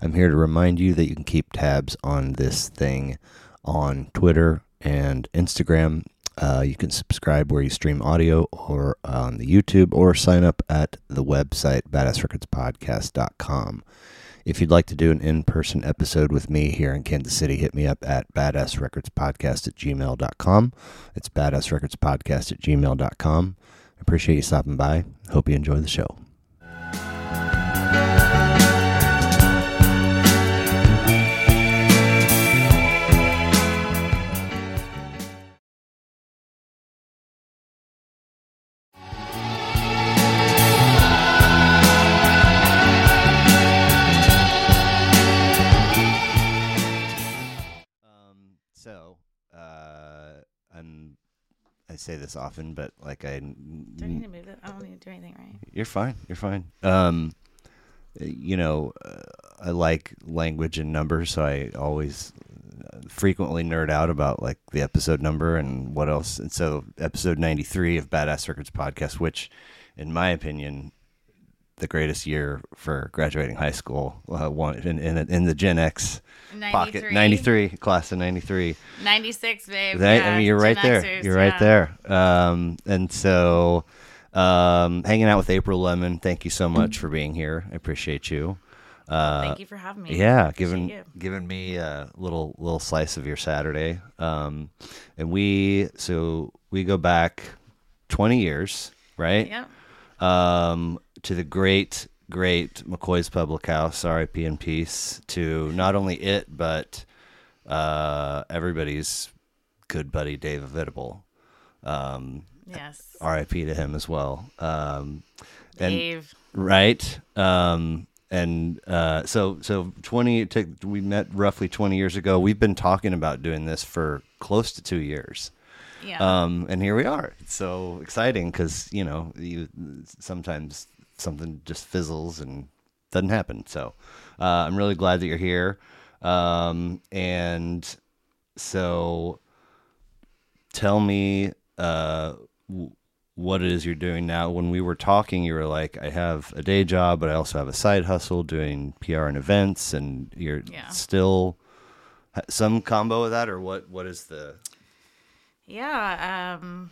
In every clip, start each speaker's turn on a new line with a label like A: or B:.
A: I'm here to remind you that you can keep tabs on this thing on Twitter and Instagram. Uh, you can subscribe where you stream audio or on the YouTube or sign up at the website badassrecordspodcast.com. If you'd like to do an in person episode with me here in Kansas City, hit me up at badassrecordspodcast at gmail.com. It's badassrecordspodcast at gmail.com. I appreciate you stopping by. Hope you enjoy the show. Um, so, uh, I'm, I say this often, but like I,
B: Do I
A: Mm.
B: need to move it? I don't need to do anything, right?
A: you're fine, you're fine. Um, you know, uh, I like language and numbers, so I always uh, frequently nerd out about like the episode number and what else. And so, episode 93 of Badass Records podcast, which, in my opinion, the greatest year for graduating high school, uh, one in, in in the Gen X pocket, 93 class of 93.
B: 96, babe.
A: Right? I
B: Yeah,
A: mean, you're right
B: Gen
A: there.
B: Xers,
A: you're right
B: yeah.
A: there. Um, and so, um, hanging out with April Lemon. Thank you so much for being here. I appreciate you.
B: Thank you for having me.
A: Uh, Yeah,
B: Appreciate
A: giving
B: you.
A: giving me a little little slice of your Saturday. Um, and we so we go back 20 years, right?
B: Yep.
A: um, to the great, great McCoy's Public House, RIP in peace, to not only it, but uh, everybody's good buddy Dave Evitable. Um,
B: Yes.
A: RIP to him as well. Um, and
B: Dave.
A: right um and uh so so 20 it took we met roughly 20 years ago we've been talking about doing this for close to two years
B: Yeah.
A: um and here we are it's so exciting because you know you sometimes something just fizzles and doesn't happen so uh i'm really glad that you're here um and so tell me uh w- what it is you're doing now. When we were talking, you were like, "I have a day job, but I also have a side hustle doing PR and events," and you're
B: Yeah.
A: still ha- some combo of that, or what? What is the
B: yeah. Um,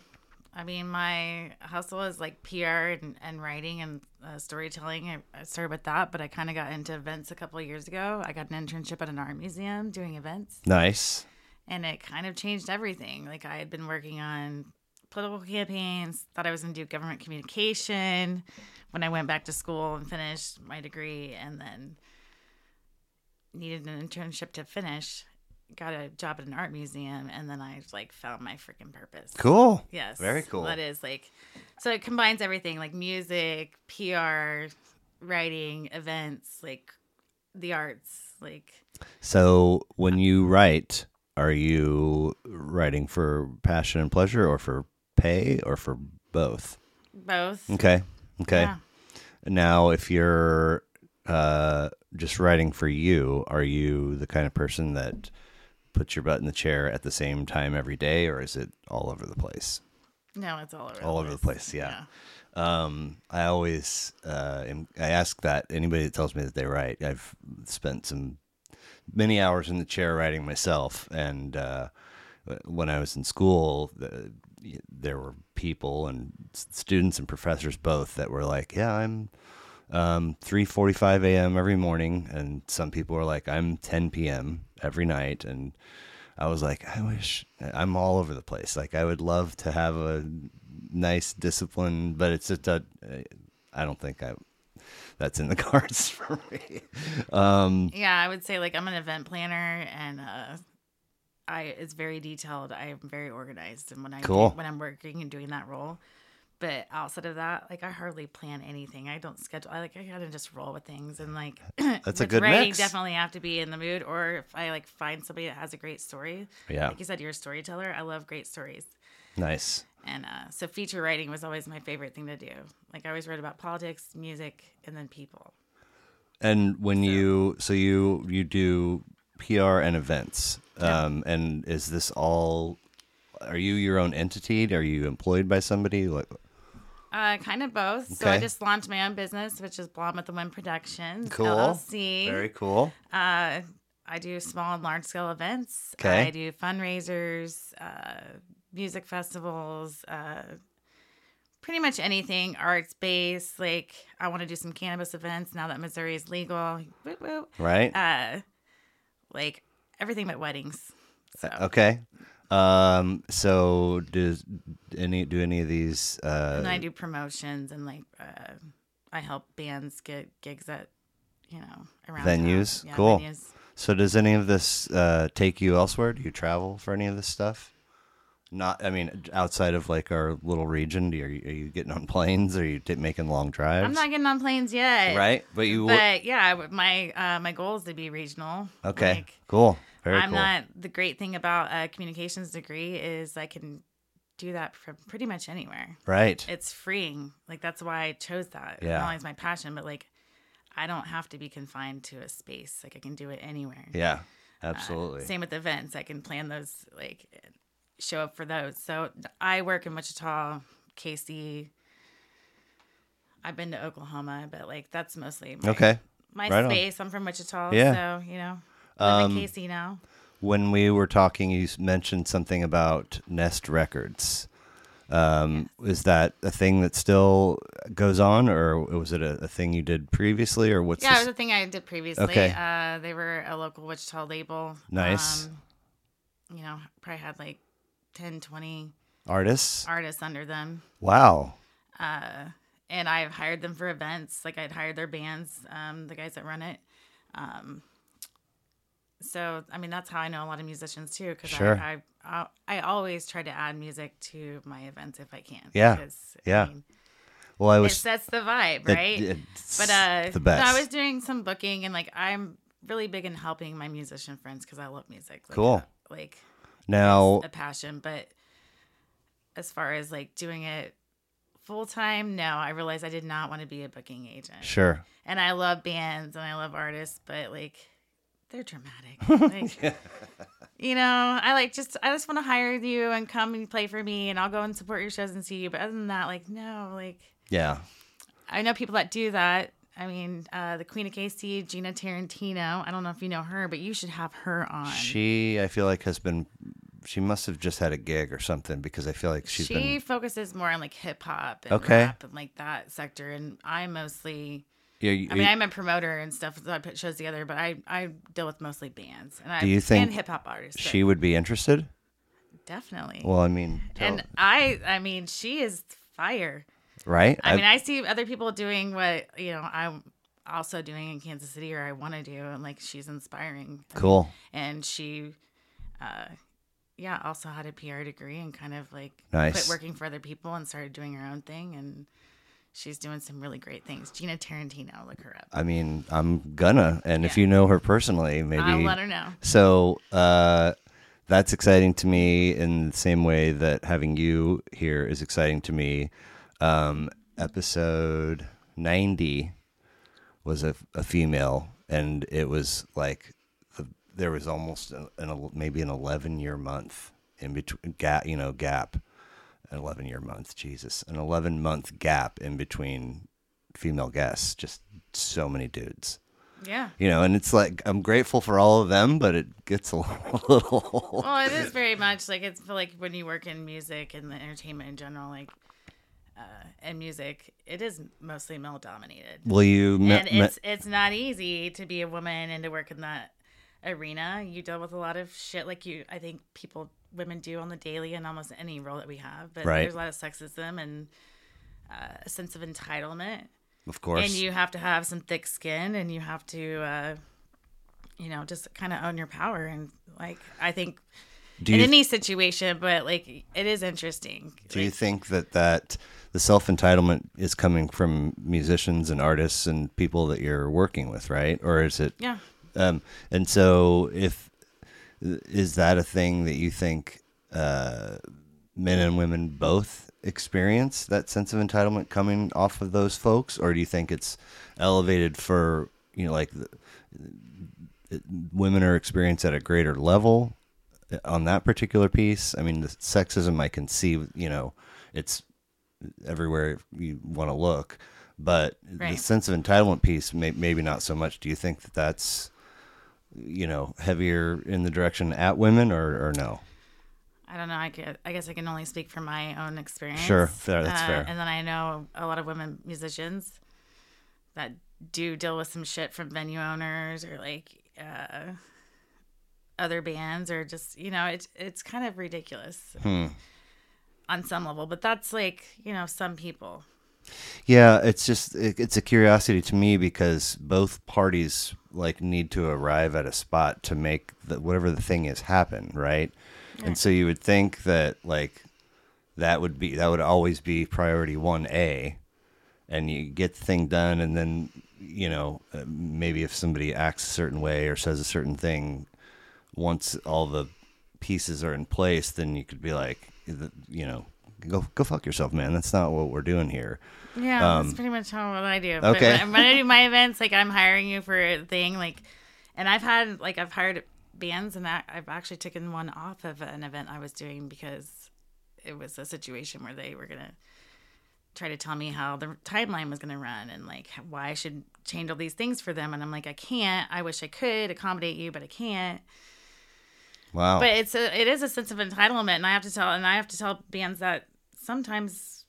B: I mean, my hustle is like PR and, and writing and uh, storytelling. I, I started with that, but I kind of got into events a couple of years ago. I got an internship at an art museum doing events.
A: nice?
B: and it kind of changed everything. Like I had been working on political campaigns, thought I was going to do government communication when I went back to school and finished my degree, and then needed an internship to finish. Got a job at an art museum, and then I like found my freaking purpose.
A: Cool.
B: Yes,
A: Very cool.
B: That is like, so it combines everything like music, PR, writing, events, like the arts, like
A: So when you write, are you writing for passion and pleasure, or for pay, or for both?
B: both.
A: Okay. Okay.
B: Yeah.
A: Now, if you're uh, just writing for you, are you the kind of person that puts your butt in the chair at the same time every day, or is it all over the place?
B: No, it's all over.
A: All over the place, yeah. Um, I always uh, am, I ask that anybody that tells me that they write. I've spent some many hours in the chair writing myself, and uh, when I was in school, the, there were people and s- students and professors both that were like, "Yeah, I'm." Um, 3:45 a.m. every morning, and some people are like, "I'm 10 p.m. every night," and I was like, "I wish I'm all over the place. Like, I would love to have a nice discipline, but it's just a, I don't think I, that's in the cards for me. Um,
B: Yeah, I would say like I'm an event planner and uh I it's very detailed. I am very organized and when I
A: Cool.
B: when I'm working and doing that role. But outside of that, like I hardly plan anything. I don't schedule. I like I gotta just roll with things and like
A: That's a
B: with
A: good
B: writing,
A: mix.
B: Definitely have to be in the mood, or if I like find somebody that has a great story.
A: Yeah.
B: like you said, you're a storyteller. I love great stories.
A: nice.
B: And uh, so feature writing was always my favorite thing to do. Like I always wrote about politics, music, and then people.
A: And when you, so you, you do PR and events. Um, and is this all, are you your own entity? Are you employed by somebody? Like,
B: Uh, kind of both. So I
A: Okay.
B: just launched my own business, which is Blom at the Wind Productions
A: Cool.
B: LLC.
A: Very cool.
B: Uh, I do small and large scale events.
A: Okay.
B: I do fundraisers, uh, music festivals, uh, pretty much anything arts based. Like I want to do some cannabis events now that Missouri is legal. Woot woot.
A: Right.
B: Uh, like everything but weddings. So
A: okay. Um. So does any do any of these? Uh,
B: and I do promotions and like uh, I help bands get gigs at you know around town.
A: Venues?
B: Yeah,
A: Cool.
B: venues.
A: So does any of this uh, take you elsewhere? Do you travel for any of this stuff? Not, I mean, outside of like our little region, do you, are you getting on planes? Are you t- making long drives?
B: I'm not getting on planes yet.
A: right, but you. will
B: but yeah, I would- my uh, my goal is to be regional.
A: okay,
B: Like,
A: cool, very
B: I'm
A: cool.
B: not. The great thing about a communications degree is I can do that from pretty much anywhere.
A: right,
B: It's freeing. Like that's why I chose that.
A: Yeah.
B: Not only is my passion, but like I don't have to be confined to a space. Like I can do it anywhere.
A: yeah,
B: Uh,
A: absolutely.
B: same with events. I can plan those. Like show up for those. So I work in Wichita, KC. I've been to Oklahoma, but like that's mostly my
A: okay,
B: my
A: Right on.
B: space. I'm from Wichita,
A: Yeah.
B: so you know, I'm
A: Um,
B: in Casey now.
A: when we were talking, you s- mentioned something about Nest Records. Um, Is that a thing that still goes on, or was it a, a thing you did previously, or what's
B: Yeah, it
A: this-
B: was a thing I did previously.
A: Okay.
B: Uh, they were a local Wichita label.
A: Nice.
B: Um, you know, probably had like 10, 20
A: artists?
B: artists under them.
A: Wow,
B: Uh, and I've hired them for events. Like I'd hired their bands, um, the guys that run it. Um, so I mean, that's how I know a lot of musicians too, because
A: Sure.
B: I, I I always try to add music to my events if I can.
A: Yeah.
B: because,
A: Yeah.
B: I mean,
A: well, I
B: it
A: was
B: sets the vibe,
A: That-
B: right?
A: it's
B: but uh,
A: the best.
B: no, I was doing some booking, and like I'm really big in helping my musician friends because I love music. Like,
A: Cool.
B: uh, Like
A: now,
B: it's a passion, but as far as like doing it full time, no, I realized I did not want to be a booking agent.
A: sure.
B: And I love bands and I love artists, but like they're dramatic. Like, You know, I like just I just want to hire you and come and play for me, and I'll go and support your shows and see you. But other than that, like no, like
A: Yeah.
B: I know people that do that. I mean, uh, the Queen of KC, Gina Tarantino. I don't know if you know her, but you should have her on.
A: She, I feel like, has been. She must have just had a gig or something because I feel like she's
B: she
A: been.
B: focuses more on like hip hop and
A: Okay.
B: rap and like that sector, and I mostly.
A: Yeah, you-
B: I mean, I'm a promoter and stuff, so I put shows together, but I I deal with mostly bands and I
A: Do you think
B: and hip hop artists. but
A: she would be interested.
B: definitely.
A: Well, I mean,
B: and
A: tell-
B: I I mean, she is fire.
A: right?
B: I mean, I see other people doing what you know I'm also doing in Kansas City or I want to do, and like she's inspiring.
A: cool,
B: and she uh yeah also had a pr degree and kind of like
A: Nice.
B: quit working for other people and started doing her own thing and she's doing some really great things gina tarantino look her up
A: I mean, I'm gonna, and if
B: Yeah.
A: you know her personally, maybe
B: i'll let her know
A: So uh, that's exciting to me in the same way that having you here is exciting to me. Um, episode 90 was a, a female, and it was like the, there was almost an, an, el- maybe an 11 year month in between gap, you know, gap. An 11 year month, Jesus, an 11 month gap in between female guests, just so many dudes
B: yeah
A: you know, and it's like I'm grateful for all of them, but it gets a little old.
B: well it is very much like it's like when you work in music and the entertainment in general like uh, and music it is mostly male dominated
A: Will you? Me-
B: and
A: me-
B: it's it's not easy to be a woman and to work in that arena. You deal with a lot of shit like you I think people women do on the daily in almost any role that we have. But
A: Right.
B: there's a lot of sexism and uh, a sense of entitlement,
A: of course,
B: and you have to have some thick skin, and you have to, uh, you know, just kind of own your power. And like I think
A: do
B: in
A: you
B: any situation, but like it is interesting.
A: do you
B: Like,
A: think that that the self entitlement is coming from musicians and artists and people that you're working with, right? Or is it?
B: yeah.
A: Um, and so, if is that a thing that you think uh, men and women both experience that sense of entitlement coming off of those folks, or do you think it's elevated for you know like the, women are experienced at a greater level on that particular piece? I mean, the sexism I can see, you know, it's everywhere you want to look. But the
B: Right.
A: sense of entitlement piece, may, maybe not so much. Do you think that that's, you know, heavier in the direction at women or, or no?
B: I don't know. I, could, I guess I can only speak from my own experience.
A: Sure, fair, that's
B: Uh,
A: fair.
B: And then I know a lot of women musicians that do deal with some shit from venue owners or like uh, other bands or just you know it's it's kind of ridiculous
A: Hmm.
B: on some level. But that's like you know some people.
A: Yeah, it's just it, it's a curiosity to me because both parties like need to arrive at a spot to make the, whatever the thing is happen, right? And so you would think that like that would be that would always be priority 1A and you get the thing done and then you know uh, maybe if somebody acts a certain way or says a certain thing once all the pieces are in place then you could be like you know go go fuck yourself man that's not what we're doing here
B: Yeah, that's pretty much how what I
A: okay.
B: do. But when, when I do my events, like I'm hiring you for a thing, like, and I've had like I've hired bands, and I, I've actually taken one off of an event I was doing because it was a situation where they were gonna try to tell me how the timeline was gonna run and like why I should change all these things for them, and I'm like, I can't. I wish I could accommodate you, but I can't.
A: Wow.
B: But it's a, it is a sense of entitlement, and I have to tell, and I have to tell bands that sometimes,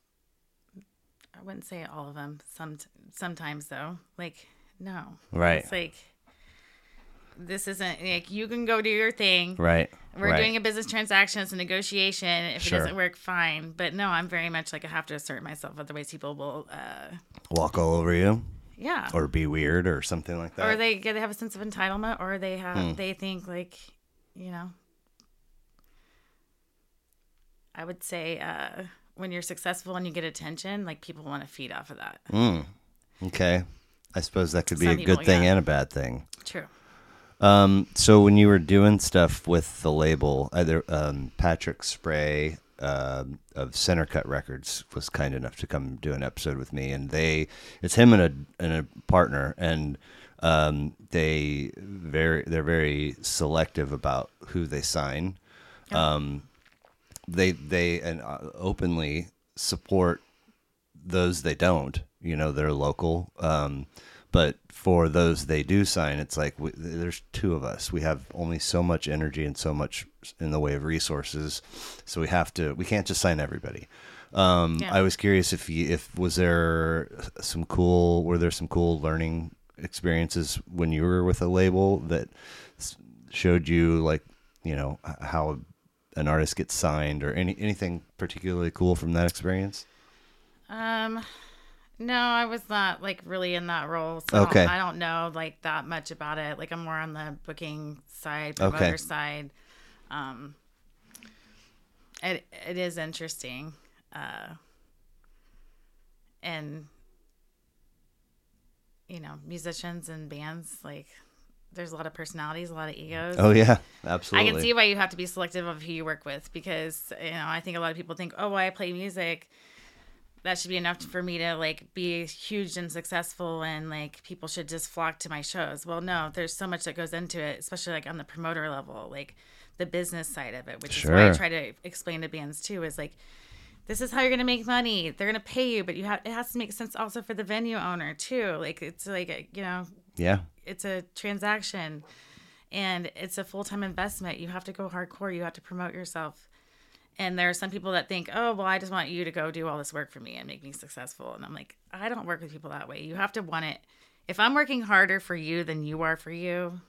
B: I wouldn't say all of them. Some sometimes though, like no,
A: right.
B: it's like this isn't like you can go do your thing.
A: right.
B: We're
A: right.
B: doing a business transaction, it's a negotiation. If
A: Sure.
B: it doesn't work, fine. But no, I'm very much like I have to assert myself, otherwise people will, uh,
A: walk all over you
B: yeah,
A: or be weird or something like that.
B: or they get have a sense of entitlement, or they have they think like, you know, I would say uh, when you're successful and you get attention, like people want to feed off of that.
A: okay. I suppose that could be
B: Some
A: a
B: people,
A: good thing
B: yeah.
A: and a bad thing.
B: True.
A: Um, so when you were doing stuff with the label, either um, Patrick Spray um of Center Cut Records was kind enough to come do an episode with me, and they it's him and a and a partner, and um, they very they're very selective about who they sign. Um, they they and uh, openly support those they don't, you know, they're local. Um, but for those they do sign, it's like we, there's two of us. We have only so much energy and so much in the way of resources, so we have to. We can't just sign everybody. Um,
B: Yeah.
A: I was curious if you, if was there some cool were there some cool learning experiences when you were with a label that s- showed you like you know h- how an artist gets signed or any anything particularly cool from that experience?
B: Um, no, I was not like really in that role, so
A: Okay.
B: I, don't, I don't know like that much about it. Like I'm more on the booking side,
A: Okay.
B: promoter side. Um, it it is interesting, uh, and you know, musicians and bands like there's a lot of personalities, a lot of egos.
A: Oh yeah,
B: I
A: absolutely.
B: can see why you have to be selective of who you work with because you know I think a lot of people think, oh, well, I play music, that should be enough for me to like be huge and successful, and like people should just flock to my shows. Well, no, there's so much that goes into it, especially like on the promoter level, like the business side of it, which is why I
A: Sure.
B: try to explain to bands too is like. This is how you're gonna make money. They're gonna pay you, but you have it has to make sense also for the venue owner too. Like it's like a, you know
A: Yeah.
B: it's a transaction and it's a full-time investment you have to go hardcore you have to promote yourself and there are some people that think oh well i just want you to go do all this work for me and make me successful and i'm like i don't work with people that way you have to want it if i'm working harder for you than you are for you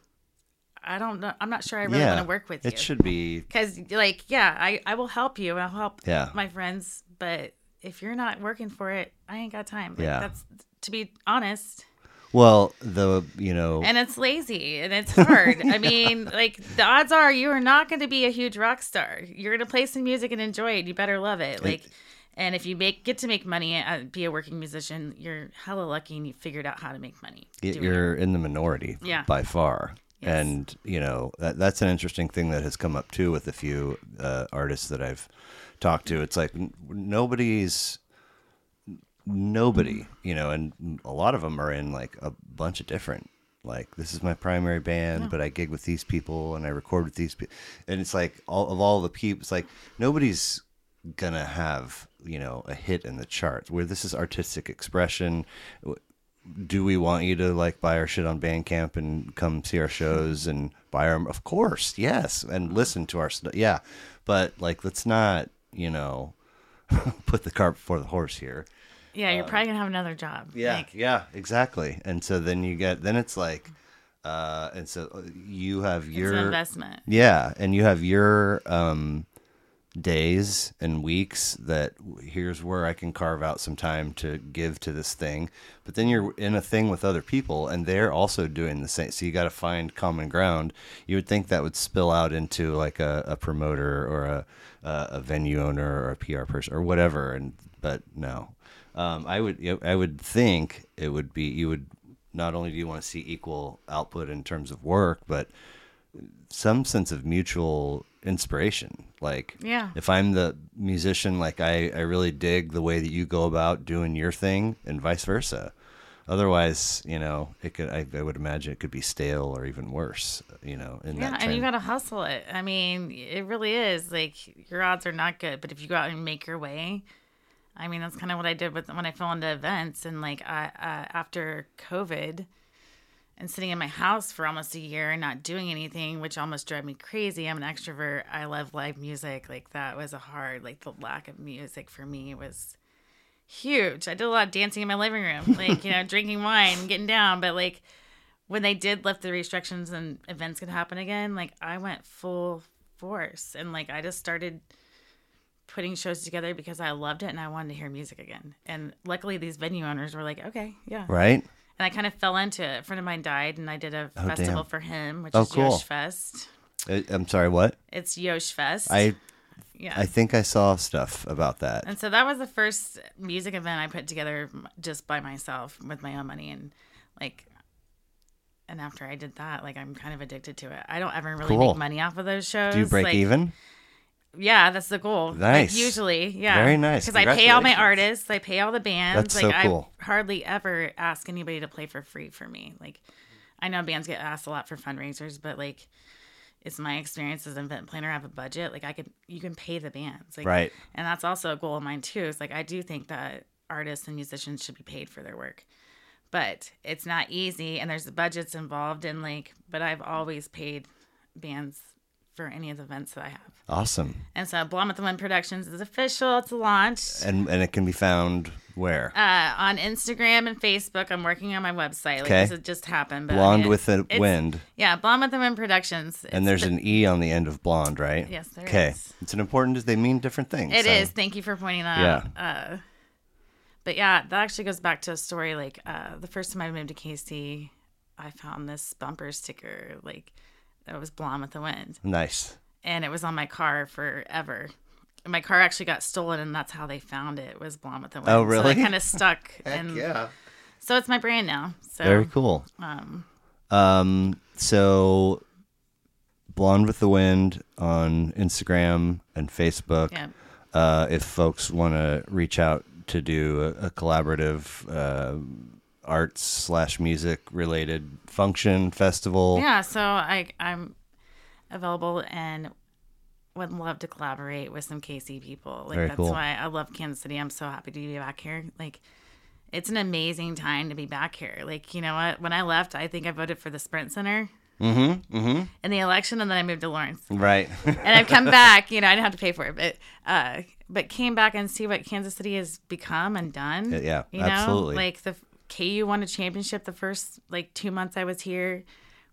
B: i don't know i'm not sure i really
A: yeah.
B: want to work with you
A: It should be
B: because like yeah I, I will help you and i'll help
A: Yeah.
B: my friends but if you're not working for it i ain't got time Like,
A: Yeah.
B: that's to be honest
A: well the you know
B: and it's lazy and it's hard. I mean, like the odds are you are not going to be a huge rock star. You're going to play some music and enjoy it. You better love it. Like, and if you make get to make money and be a working musician, you're hella lucky and you figured out how to make money.
A: y-
B: doing it.
A: you're in the minority
B: Yeah.
A: by far.
B: Yes.
A: And you know that, that's an interesting thing that has come up too with a few uh, artists that I've talked to. It's like n- nobody's nobody, you know, and a lot of them are in like a bunch of different. Like this is my primary band, but I gig with these people and I record with these people, and it's like all of all the people, it's like nobody's gonna have you know a hit in the charts where this is artistic expression w- do we want you to like buy our shit on bandcamp and come see our shows and buy our of course yes and listen to our stuff yeah but like let's not you know put the cart before the horse here
B: Yeah, you're probably gonna have another job.
A: uh, yeah,
B: Like,
A: yeah, exactly. And so then you get then it's like, uh, and so you have
B: it's an
A: your
B: investment.
A: yeah, and you have your um days and weeks that here's where I can carve out some time to give to this thing. But then you're in a thing with other people and they're also doing the same. So you got to find common ground. You would think that would spill out into like a, a promoter or a, a a venue owner or a PR person or whatever. And but no, um, I would I would think it would be you would not only do you want to see equal output in terms of work, but some sense of mutual inspiration. Like,
B: Yeah.
A: if I'm the musician, like I, I really dig the way that you go about doing your thing, and vice versa. Otherwise, you know, it could. I, I would imagine it could be stale or even worse. You know, in
B: Yeah,
A: that
B: and you
A: trend.
B: gotta hustle it. I mean, it really is like your odds are not good, but if you go out and make your way, I mean, that's kind of what I did with when I fell into events and like I, uh, after COVID and sitting in my house for almost a year and not doing anything, which almost drove me crazy. I'm an extrovert. I love live music. Like that was a hard, like the lack of music for me was huge. I did a lot of dancing in my living room, like you know, drinking wine, getting down, but like when they did lift the restrictions and events could happen again, like I went full force and like I just started putting shows together because I loved it and I wanted to hear music again. And luckily these venue owners were like, "Okay, yeah."
A: right?
B: And I kind of fell into it. A friend of mine died and I did a
A: Oh,
B: festival
A: damn.
B: for him, which
A: Oh,
B: is
A: cool.
B: Yosh Fest.
A: I, Uh, I'm sorry. What
B: It's Yosh Fest.
A: I
B: yeah.
A: I think I saw stuff about that.
B: And so that was the first music event I put together m- just by myself with my own money and like and after I did that, like I'm kind of addicted to it. I don't ever really
A: Cool.
B: make money off of those shows.
A: Do you break
B: like,
A: even?
B: Yeah, that's the goal. Like,
A: Nice.
B: usually, yeah.
A: Very nice.
B: Because I pay all my
A: Congratulations.
B: artists, I pay all the bands.
A: That's
B: like
A: so cool.
B: I hardly ever ask anybody to play for free for me. Like I know bands get asked a lot for fundraisers, but like it's my experience as an event planner. I have a budget. Like I could, you can pay the bands. Like,
A: Right.
B: and that's also a goal of mine too. Is like I do think that artists and musicians should be paid for their work, but it's not easy, and there's budgets involved. And like, but I've always paid bands for any of the events that I have.
A: Awesome.
B: And so Blonde with the Wind Productions is official. It's launched.
A: And and it can be found where?
B: Uh, on Instagram and Facebook, I'm working on my website. Like
A: Okay.
B: this it just happened. But I
A: Blonde
B: mean,
A: with the
B: it's-
A: wind.
B: Yeah, Blonde with the Wind Productions.
A: And there's an E on the end of blonde, right?
B: Yes, there
A: Okay.
B: is.
A: It's an important as they mean different things.
B: It
A: so-
B: is. Thank you for pointing that out. Uh, but yeah, that actually goes back to a story. Like uh, the first time I moved to KC, I found this bumper sticker like that was Blonde with the Wind,
A: Nice.
B: and it was on my car forever. And My car actually got stolen, and that's how they found it. Was Blonde with the Wind?
A: Oh,
B: So
A: really?
B: it kind of stuck. and So it's my brand now. So
A: Very cool.
B: um,
A: Um so Blonde with the Wind on Instagram and Facebook.
B: yeah,
A: Uh, if folks want to reach out to do a, a collaborative uh, arts slash music related function festival,
B: yeah. So I I'm available and would love to collaborate with some KC people. Like
A: Very
B: that's
A: cool.
B: why I love Kansas City. I'm so happy to be back here. Like it's an amazing time to be back here. Like you know what? When I left, I think I voted for the Sprint Center
A: Mm-hmm,
B: in the election, and then I moved to Lawrence.
A: right?
B: and I've come back. You know, I didn't have to pay for it, but uh, but came back and see what Kansas City has become and done.
A: Yeah, yeah,
B: you know,
A: absolutely.
B: Like the KU won a championship the first like two months I was here.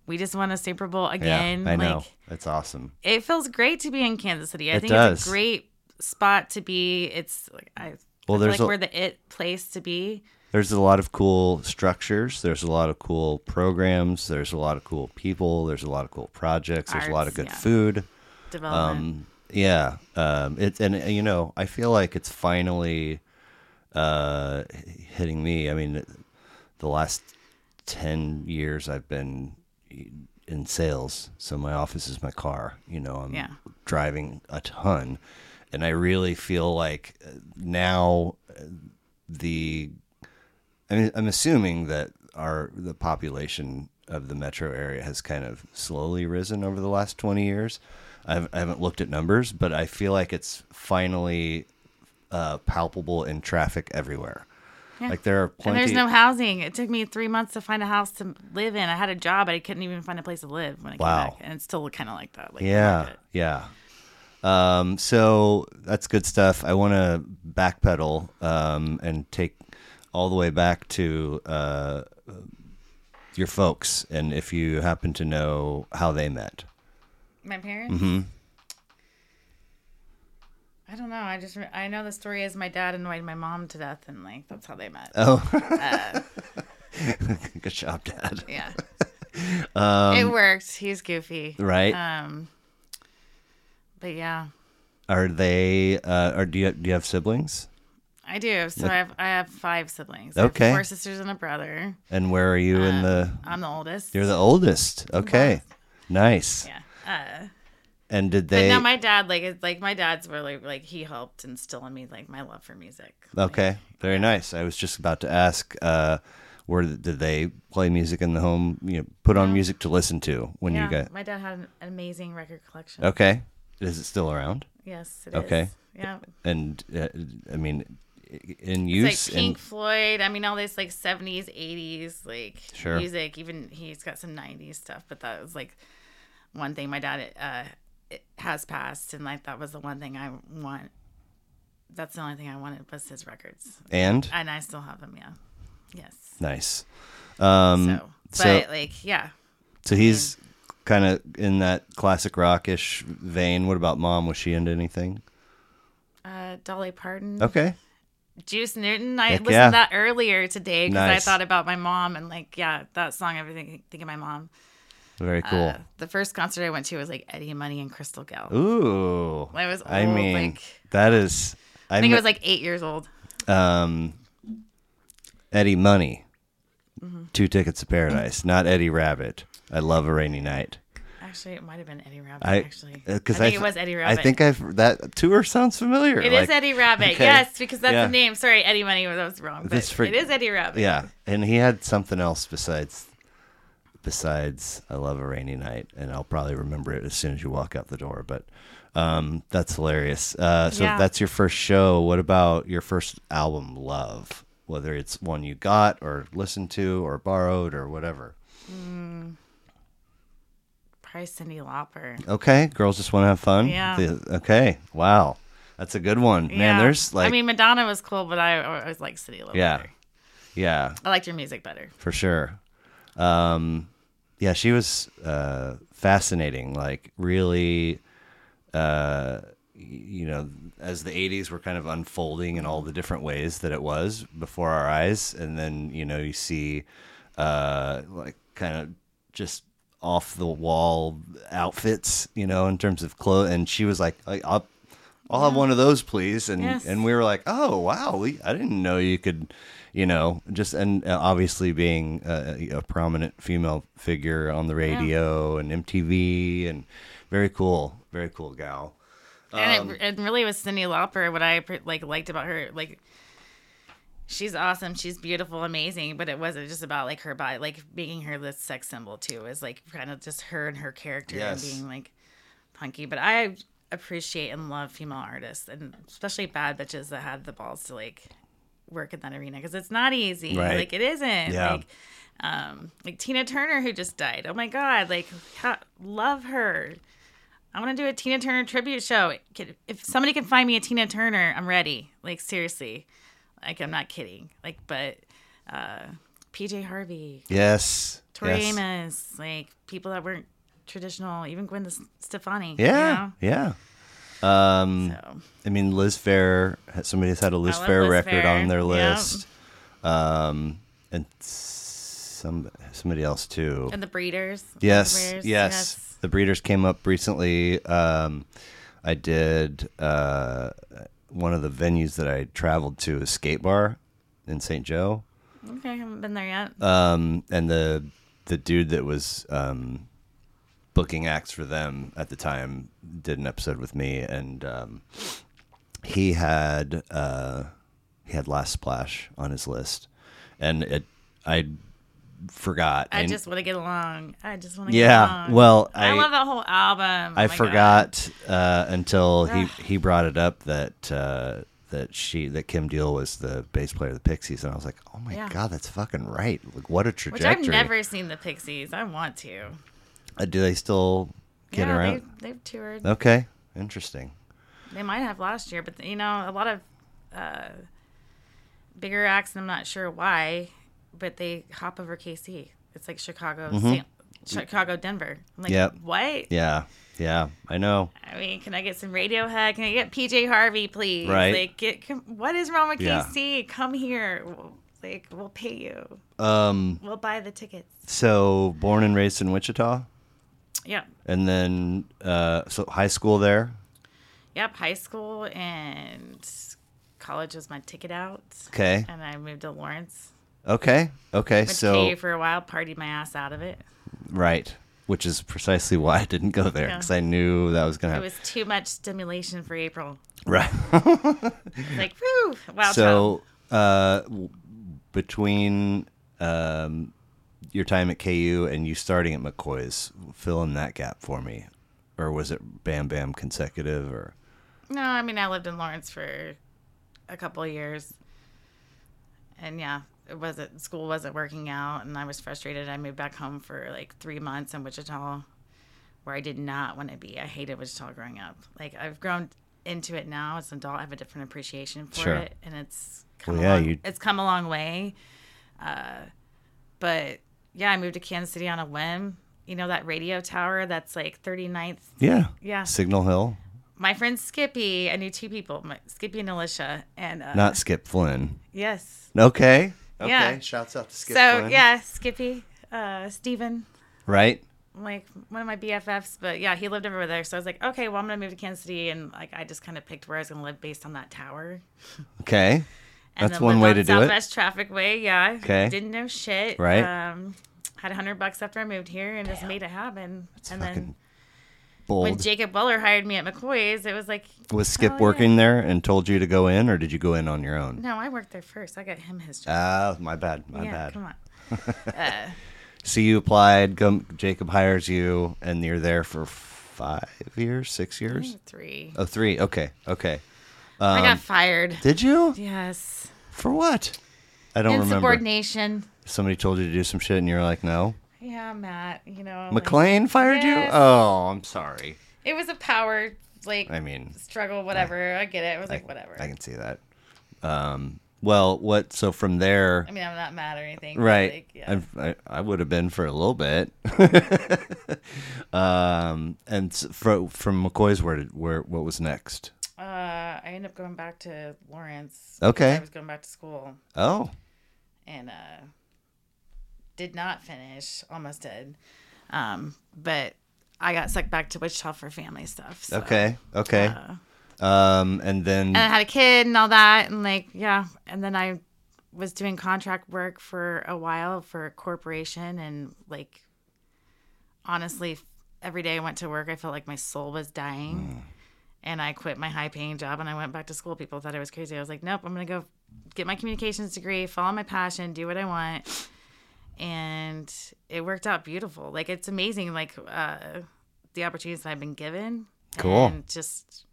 B: We just won a Super Bowl again.
A: yeah, I know.
B: Like
A: That's awesome.
B: it feels great to be in Kansas City. I
A: It
B: think
A: does.
B: it's a great spot to be. It's like I.
A: Well,
B: I feel
A: there's
B: like
A: a-
B: we're the it place to be.
A: There's a lot of cool structures. There's a lot of cool programs. There's a lot of cool people. There's a lot of cool projects. There's a lot of
B: Arts,
A: good
B: yeah.
A: food.
B: Development.
A: Um, yeah. Um, it, and, uh, you know, I feel like it's finally uh, h- hitting me. I mean, the last 10 years I've been in sales. So my office is my car. You know, I'm
B: Yeah.
A: driving a ton. And I really feel like uh, now uh, the I mean, I'm assuming that our the population of the metro area has kind of slowly risen over the last 20 years. I've, I haven't looked at numbers, but I feel like it's finally uh, palpable in traffic everywhere.
B: Yeah.
A: Like there are
B: And
A: plenty.
B: there's no housing. It took me three months to find a house to live in. I had a job, but I couldn't even find a place to live when I
A: Wow.
B: came back. And it's still kind of like that. Like
A: Yeah,
B: market.
A: yeah. Um, so that's good stuff. I want to backpedal um, and take all the way back to uh, your folks, and if you happen to know how they met.
B: My parents?
A: Mm-hmm.
B: I don't know. I just re- I know the story is my dad annoyed my mom to death, and like that's how they met.
A: Oh, good job, Dad.
B: Yeah,
A: Um,
B: it worked. He's goofy,
A: Right?
B: Um, but yeah,
A: are they? Uh, are do you do you have siblings?
B: I do. So I have I have five siblings. I have
A: Okay.
B: four sisters and a brother.
A: And where are you
B: Uh,
A: in the?
B: I'm the oldest.
A: You're the oldest. Okay, nice.
B: yeah. Uh,
A: And did
B: but
A: they?
B: now my dad, like, it's like my dad's really like he helped instill in me like my love for music. Like,
A: Okay, very nice. I was just about to ask, uh, where th- did they play music in the home? You know, put on music to listen to when
B: Mm. yeah,
A: you got.
B: my dad had an amazing record collection.
A: Okay, is it still around?
B: Yes, it is.
A: Okay.
B: Yeah.
A: And uh, I mean, i- in
B: It's
A: use
B: like
A: and
B: Pink Floyd. I mean, all this like seventies, eighties, like
A: Sure.
B: music. Even he's got some nineties stuff, but that was like one thing my dad uh, it has passed, and like that was the one thing I want. That's the only thing I wanted was his records,
A: and
B: and I still have them. Yeah, yes.
A: nice. Um, so-
B: So, but like, yeah,
A: so he's kind of in that classic rockish vein. What about mom? Was she into anything?
B: uh, Dolly Parton,
A: Okay,
B: Juice Newton. I
A: Oh. Heck
B: listened
A: yeah.
B: to that earlier today because
A: Nice.
B: I thought about my mom and like, yeah, that song. Everything, think of my mom.
A: very cool.
B: Uh, the first concert I went to was like Eddie Money and Crystal Gale.
A: Ooh,
B: I Uh, was
A: I
B: old,
A: mean,
B: like-
A: that is.
B: I think
A: me-
B: it was like eight years old.
A: um, Eddie Money,
B: Mm-hmm.
A: Two Tickets to Paradise, not Eddie Rabbit. I love a rainy night.
B: Actually, it might have been Eddie Rabbit.
A: I
B: actually,
A: uh,
B: I think it was Eddie Rabbit.
A: I think I've that tour sounds familiar.
B: it is
A: like-
B: Eddie Rabbit.
A: okay.
B: Yes, because that's
A: Yeah.
B: the name. Sorry, Eddie Money was I was wrong, but
A: This for-
B: it is Eddie Rabbit.
A: Yeah, and he had something else besides besides I love a rainy night, and I'll probably remember it as soon as you walk out the door. But um, that's hilarious. Uh, so
B: Yeah.
A: that's your first show. What about your first album, Love? Whether it's one you got or listened to or borrowed or whatever.
B: Probably Cindy Lauper.
A: Okay, girls just want to have fun.
B: Yeah.
A: The- okay. Wow, that's a good one, man.
B: Yeah.
A: There's like,
B: I mean, Madonna was cool, but I always liked Cindy Lauper.
A: yeah, yeah,
B: I liked her music better.
A: for sure. Um, yeah, she was uh, fascinating. Like, really, uh, y- you know, as the '80s were kind of unfolding in all the different ways that it was before our eyes, and then you know, you see, uh, like, kind of just off the wall outfits, you know, in terms of clothes. And she was like, like I'll, I'll have one of those, please. And
B: Yes.
A: and we were like, oh wow, we, I didn't know you could, you know, just and uh, obviously being a, a prominent female figure on the radio and MTV and very cool, very cool gal. Um,
B: and it, it really was Cindy Lauper. What I pre- like liked about her, like she's awesome, she's beautiful, amazing. But it wasn't just about like her body, like making her this sex symbol too. Is like kind of just her and her character
A: Yes.
B: and being like punky. But I appreciate and love female artists, and especially bad bitches that have the balls to like work in that arena because it's not easy.
A: Right.
B: Like it isn't.
A: Yeah.
B: Like, um, like Tina Turner who just died. Oh my God! Like, how, love her. I want to do a Tina Turner tribute show. Could- If somebody can find me a Tina Turner, I'm ready. Like seriously, like I'm not kidding. Like, but uh, PJ Harvey,
A: Yes,
B: Tori
A: yes.
B: Amos, like people that weren't traditional, even Gwen S- Stefani. you
A: yeah, yeah. Um,
B: know? So
A: I mean, Liz Fair. Somebody's had a Liz
B: love
A: Fair
B: Liz
A: record
B: Phair.
A: on their
B: Yep.
A: list, um, and some somebody else too.
B: and the Breeders. the
A: yes, yes,
B: Breeders,
A: The Breeders came up recently. Um, I did uh, one of the venues that I traveled to is Skate Bar in St. Joe.
B: Okay, I haven't been there yet.
A: Um, and the the dude that was um, booking acts for them at the time did an episode with me, and um, he had uh, he had Last Splash on his list, and it I forgot.
B: I
A: And-
B: just want to get along. I just want to get
A: yeah.
B: along.
A: Well,
B: I,
A: I
B: love that whole album. Oh
A: I
B: my God.
A: forgot uh, until he
B: Ugh.
A: he brought it up that uh, that she that Kim Deal was the bass player of the Pixies, and I was like, oh my
B: Yeah.
A: god, that's fucking right. Like, what a
B: Which
A: trajectory.
B: I've never seen the Pixies. I want to.
A: Uh, do they still get
B: yeah,
A: around?
B: They, they've toured.
A: Okay, interesting.
B: They might have last year, but you know, a lot of uh, bigger acts, and I'm not sure why, but they hop over KC. It's like Chicago, San- Chicago, Denver. I'm like,
A: Mm-hmm. Yep.
B: what?
A: Yeah, yeah, I know.
B: I mean, can I get some Radiohead? Can I get PJ Harvey, please?
A: Right.
B: Like, get come, what is wrong with
A: Yeah.
B: KC? Come here. We'll- Like, we'll pay you.
A: Um,
B: We'll buy the tickets.
A: so born and raised in Wichita,
B: Yep.
A: and then uh, so high school there.
B: Yep. High school and college was my ticket out,
A: Okay,
B: and I moved to Lawrence.
A: okay, okay.
B: Went
A: so
B: to KU for a while, partied my ass out of it.
A: right, which is precisely why I didn't go there
B: Yeah.
A: because I knew that was gonna
B: It
A: happen.
B: was too much stimulation for April.
A: Right.
B: It's like, whew, wow.
A: so uh, w- between um, your time at KU and you starting at McCoy's, fill in that gap for me. Or was it Bam Bam consecutive? Or
B: No, I mean I lived in Lawrence for a couple of years, and yeah, it wasn't school wasn't working out, and I was frustrated. I moved back home for like three months in Wichita, where I did not want to be. I hated Wichita growing up. Like I've grown into it now as an adult. I have a different appreciation for
A: Sure.
B: it, and it's come
A: Well, yeah,
B: along,
A: you-
B: it's come a long way. Uh, but yeah, I moved to Kansas City on a whim. You know that radio tower that's like 39th
A: yeah,
B: Yeah. Uh-huh.
A: Signal Hill,
B: my friend Skippy, I knew two people, my, Skippy and Alicia, and uh,
A: not Skip Flynn.
B: yes,
A: Okay. Okay.
B: Yeah.
A: Shouts out to Skip
B: so
A: Flynn.
B: yeah, Skippy, uh, Steven,
A: Right.
B: like one of my BFFs, but yeah, he lived over there, so I was like, okay, well, I'm gonna move to Kansas City, and like I just kind of picked where I was gonna live based on that tower.
A: Okay.
B: And
A: That's
B: then
A: one
B: lived
A: way
B: on
A: to do it.
B: Southwest Traffic Way, yeah.
A: Okay.
B: Didn't know shit.
A: Right.
B: Um, had a hundred bucks after I moved here, and just made it happen.
A: Fucking
B: and then when
A: bold.
B: Jacob Weller hired me at McCoy's, it was like,
A: was Skip
B: Oh, yeah.
A: working there and told you to go in, or did you go in on your own?
B: no, I worked there first. I got him his
A: Ah,
B: job.
A: my bad. My
B: yeah,
A: bad.
B: come on.
A: So you applied. Gum, Jacob hires you, and you're there for five years, six years.
B: Three.
A: Oh, three. Okay, okay.
B: I
A: Um,
B: got fired.
A: Did you
B: Yes.
A: for what? I don't remember.
B: Insubordination.
A: Somebody told you to do some shit, and you're like, no.
B: Yeah, Matt. You know, like,
A: McLean fired
B: Yes.
A: you. Oh, I'm sorry.
B: it was a power like
A: I mean,
B: struggle. Whatever. I, get it. It was like whatever.
A: I
B: I,
A: can see that. Um. Well, what? So from there,
B: mean, I'm not mad or anything. but,
A: right?
B: Like, yeah.
A: I've- I I would have been for a little bit. um. And s- fro from McCoy's, where did where what was next?
B: Uh, I ended up going back to Lawrence. 'cause
A: Okay.
B: I was going back to school
A: Oh,
B: and uh, did not finish. Almost did. Um, but I got sucked back to Wichita for family stuff. So.
A: Okay. Okay.
B: uh,
A: um, and then
B: and I had a kid and all that and like yeah and then I was doing contract work for a while for a corporation and like honestly every day I went to work I felt like my soul was dying and I quit my high paying job and I went back to school people thought I was crazy I was like nope I'm going to go get my communications degree follow my passion do what I want and it worked out beautiful like it's amazing like uh the opportunities that I've been given
A: Cool.
B: and just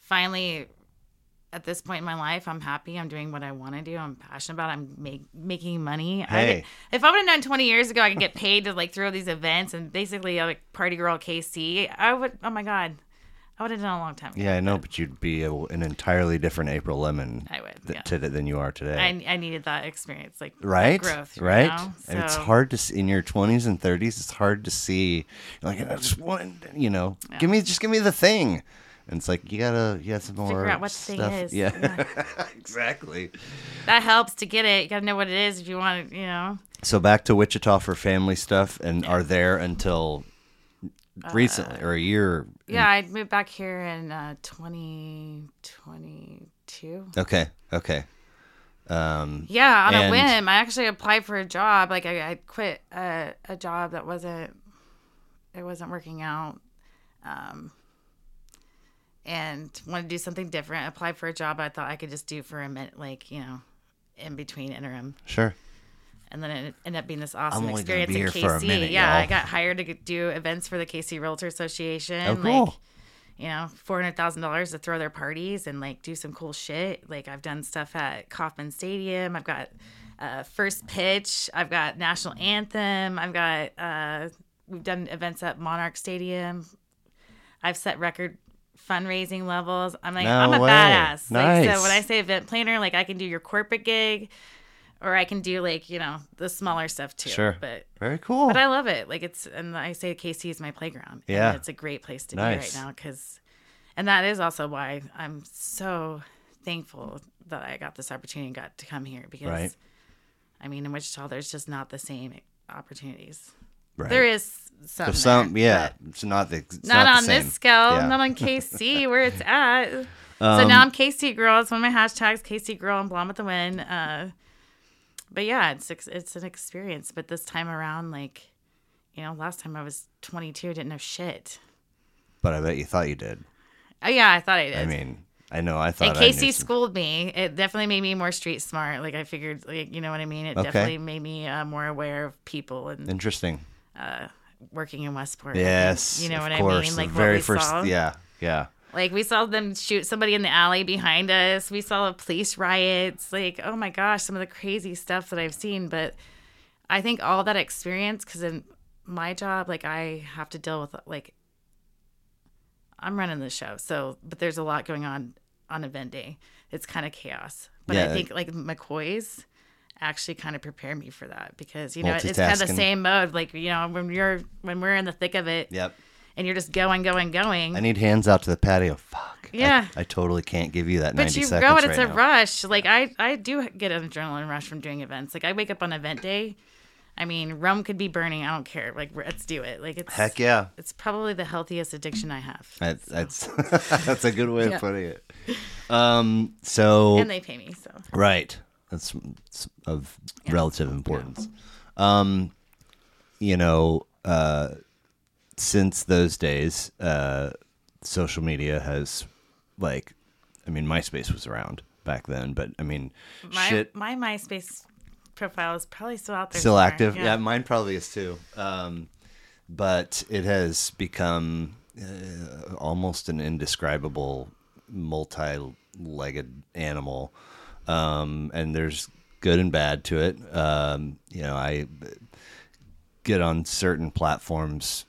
B: finally at this point in my life, I'm happy. I'm doing what I want to do. I'm passionate about. It. I'm make, making money. I
A: Hey.
B: could- if I would have known 20 years ago, I could get paid to like throw these events and basically uh, like party girl KC. I would. Oh my god, I would have done it a long time. ago.
A: yeah, I know, but you'd be a, an entirely different April Lemon
B: I would.
A: th-
B: yeah.
A: to- than you are today.
B: I, I needed that experience. Like
A: right,
B: growth, you
A: right.
B: know?
A: And it's
B: So-
A: hard to see in your twenties and thirties. It's hard to see, like I just want, you know, give me just give me the thing. And it's like you gotta, you got some more
B: out what the thing
A: stuff.
B: is.
A: Yeah, exactly.
B: that helps to get it. You gotta know what it is if you want it. You know.
A: So back to Wichita for family stuff, and are there until
B: Uh,
A: recently or a year?
B: Yeah, I moved back here in uh, 2022.
A: Okay, okay. Um,
B: Yeah, on
A: And-
B: a whim. I actually applied for a job. Like I, I quit a, a job that wasn't it wasn't working out. Um and wanted to do something different. I applied for a job I thought I could just do for a minute like, you know, in between interim.
A: sure.
B: And then it ended up being this awesome
A: only gonna
B: experience
A: be
B: at
A: here for a
B: KC.
A: minute,
B: yeah,
A: y'all.
B: I got hired to g- do events for the KC Realtor Association.
A: Oh,
B: Like,
A: cool.
B: you know, four hundred thousand dollars to throw their parties and like do some cool shit. Like I've done stuff at Kauffman Stadium. I've got uh, first pitch. I've got national anthem. I've got uh, we've done events at Monarch Stadium. I've set record fundraising levels. I'm like
A: No
B: I'm a
A: way.
B: badass. Like,
A: Nice.
B: so when I say event planner, like I can do your corporate gig, or I can do like you know the smaller stuff too.
A: Sure.
B: but.
A: Very cool.
B: But I love it. Like it's, and I say KC is my playground. and
A: Yeah.
B: it's a great place to
A: Nice.
B: be right now because, and that is also why I'm so thankful that I got this opportunity and got to come here because,
A: Right.
B: I mean, in Wichita there's just not the same opportunities.
A: right.
B: There is some,
A: So some,
B: there,
A: yeah,
B: but
A: it's not the it's
B: not,
A: the
B: on
A: same.
B: this scale,
A: Yeah.
B: not on KC where it's at. so
A: Um,
B: now I'm KC girl. It's one of my hashtags, KC girl and blonde with the wind. Uh, but yeah, it's ex- it's an experience. But this time around, like, you know, last time I was 22, didn't know shit.
A: But I bet you thought you did.
B: Oh yeah, I thought I did.
A: I mean, I know I
B: and
A: thought. I knew
B: KC
A: some-
B: schooled me. It definitely made me more street smart. Like I figured, like you know what I mean. It
A: Okay.
B: definitely made me uh, more aware of people and
A: Interesting.
B: working in Westport. I think.
A: Yes.
B: you know
A: of
B: what I
A: course,
B: mean.
A: the
B: Like what
A: very
B: we
A: first.
B: saw.
A: Yeah. Yeah.
B: Like we saw them shoot somebody in the alley behind us. We saw police riots. Like oh my gosh, some of the crazy stuff that I've seen. But I think all that experience, because in my job, like I have to deal with like I'm running the show, so but there's a lot going on on event day. It's kind of chaos. But
A: Yeah.
B: I think like McCoy's actually kind of prepared me for that because you know it's kind of the
A: Multitasking.
B: same mode. Like you know when you're when we're in the thick of it
A: Yep.
B: and you're just going going going.
A: I need hands out to the patio. Fuck. I-
B: Mm. Yeah.
A: I, totally can't give you that
B: But
A: 90
B: you
A: seconds
B: go and it's
A: right
B: a
A: now.
B: rush. Like I, I do get an adrenaline rush from doing events. Like I wake up on event day. I mean, Rome could be burning. I don't care. Like let's do it. Like it's
A: Heck yeah.
B: it's probably the healthiest addiction I have.
A: That's that's that's a good way
B: Yeah.
A: of putting it. Um. So
B: And they pay me. So
A: Right. That's it's of relative importance. Um, you know, uh, since those days, uh, social media has, like, I mean, MySpace was around back then, but I mean,
B: my
A: shit
B: my MySpace profile is probably still out there.
A: still
B: somewhere.
A: active. Yeah. mine probably is too. Um, but it has become uh, almost an indescribable multi-legged animal, um, and there's good and bad to it. Um, you know, I get on certain platforms.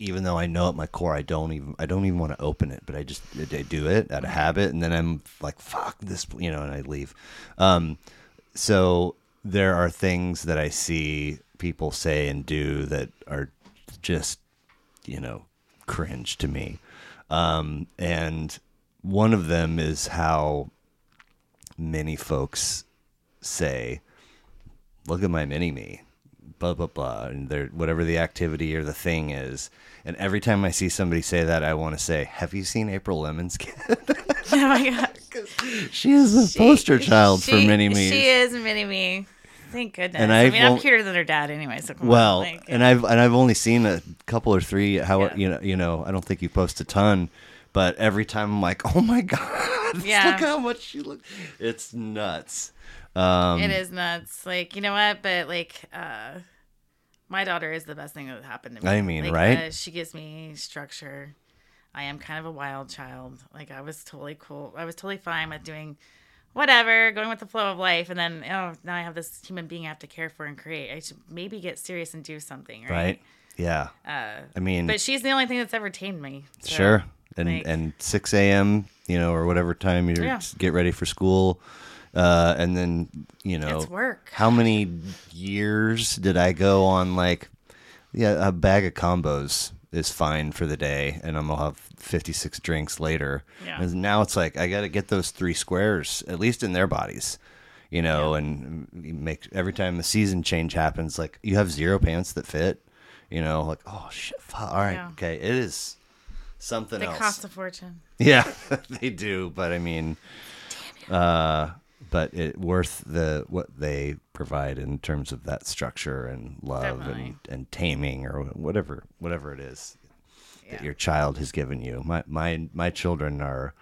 A: Even though I know at my core I don't even I don't even want to open it, but I just I do it out of habit, and then I'm like, "Fuck this," you know, and I leave. Um, so there are things that I see people say and do that are just, you know, cringe to me. Um, and one of them is how many folks say, look at my mini me, blah, blah, blah, and they're, whatever the activity or the thing is. And every time I see somebody say that, I want to say, have you seen April Lemon's kid?
B: oh my god.
A: she is the poster child for
B: She-
A: mini me.
B: She is mini me. Thank goodness.
A: And
B: I,
A: I
B: mean, I'm
A: won't-
B: cuter than her dad anyway. So come on,
A: Well,
B: like,
A: and I've and I've only seen a couple or three. How
B: Yeah.
A: you know you know I don't think you post a ton, but every time I'm like, oh my god,
B: Yeah.
A: look how much she looks. It's nuts.
B: it is nuts. Like you know what? But like, uh, my daughter is the best thing that happened to me.
A: I mean,
B: Like,
A: right?
B: uh, she gives me structure. I am kind of a wild child. Like I was totally cool. I was totally fine with doing whatever, going with the flow of life, and then oh, now I have this human being I have to care for and create. I should maybe get serious and do something,
A: Right?
B: right?
A: Yeah.
B: Uh,
A: I mean,
B: but she's the only thing that's ever tamed me. so-
A: sure. And
B: like-
A: and six a.m. you know or whatever time you
B: Yeah.
A: get ready for school, uh, and then you know
B: It's work.
A: How many years did I go on like, yeah, a bag of combos is fine for the day, and I'm gonna have 56 drinks later.
B: Yeah.
A: And now it's like I got to get those three squares at least in their bodies, you know, and you make every time the season change happens, like you have zero pants that fit, you know, like oh shit, fu- all right,
B: Yeah.
A: okay, it is something
B: They
A: else.
B: cost a fortune.
A: Yeah, they do, but I mean, uh, but it worth the what they provide in terms of that structure and love and,
B: Definitely.
A: and taming or whatever whatever it is that
B: Yeah.
A: your child has given you. My my my children are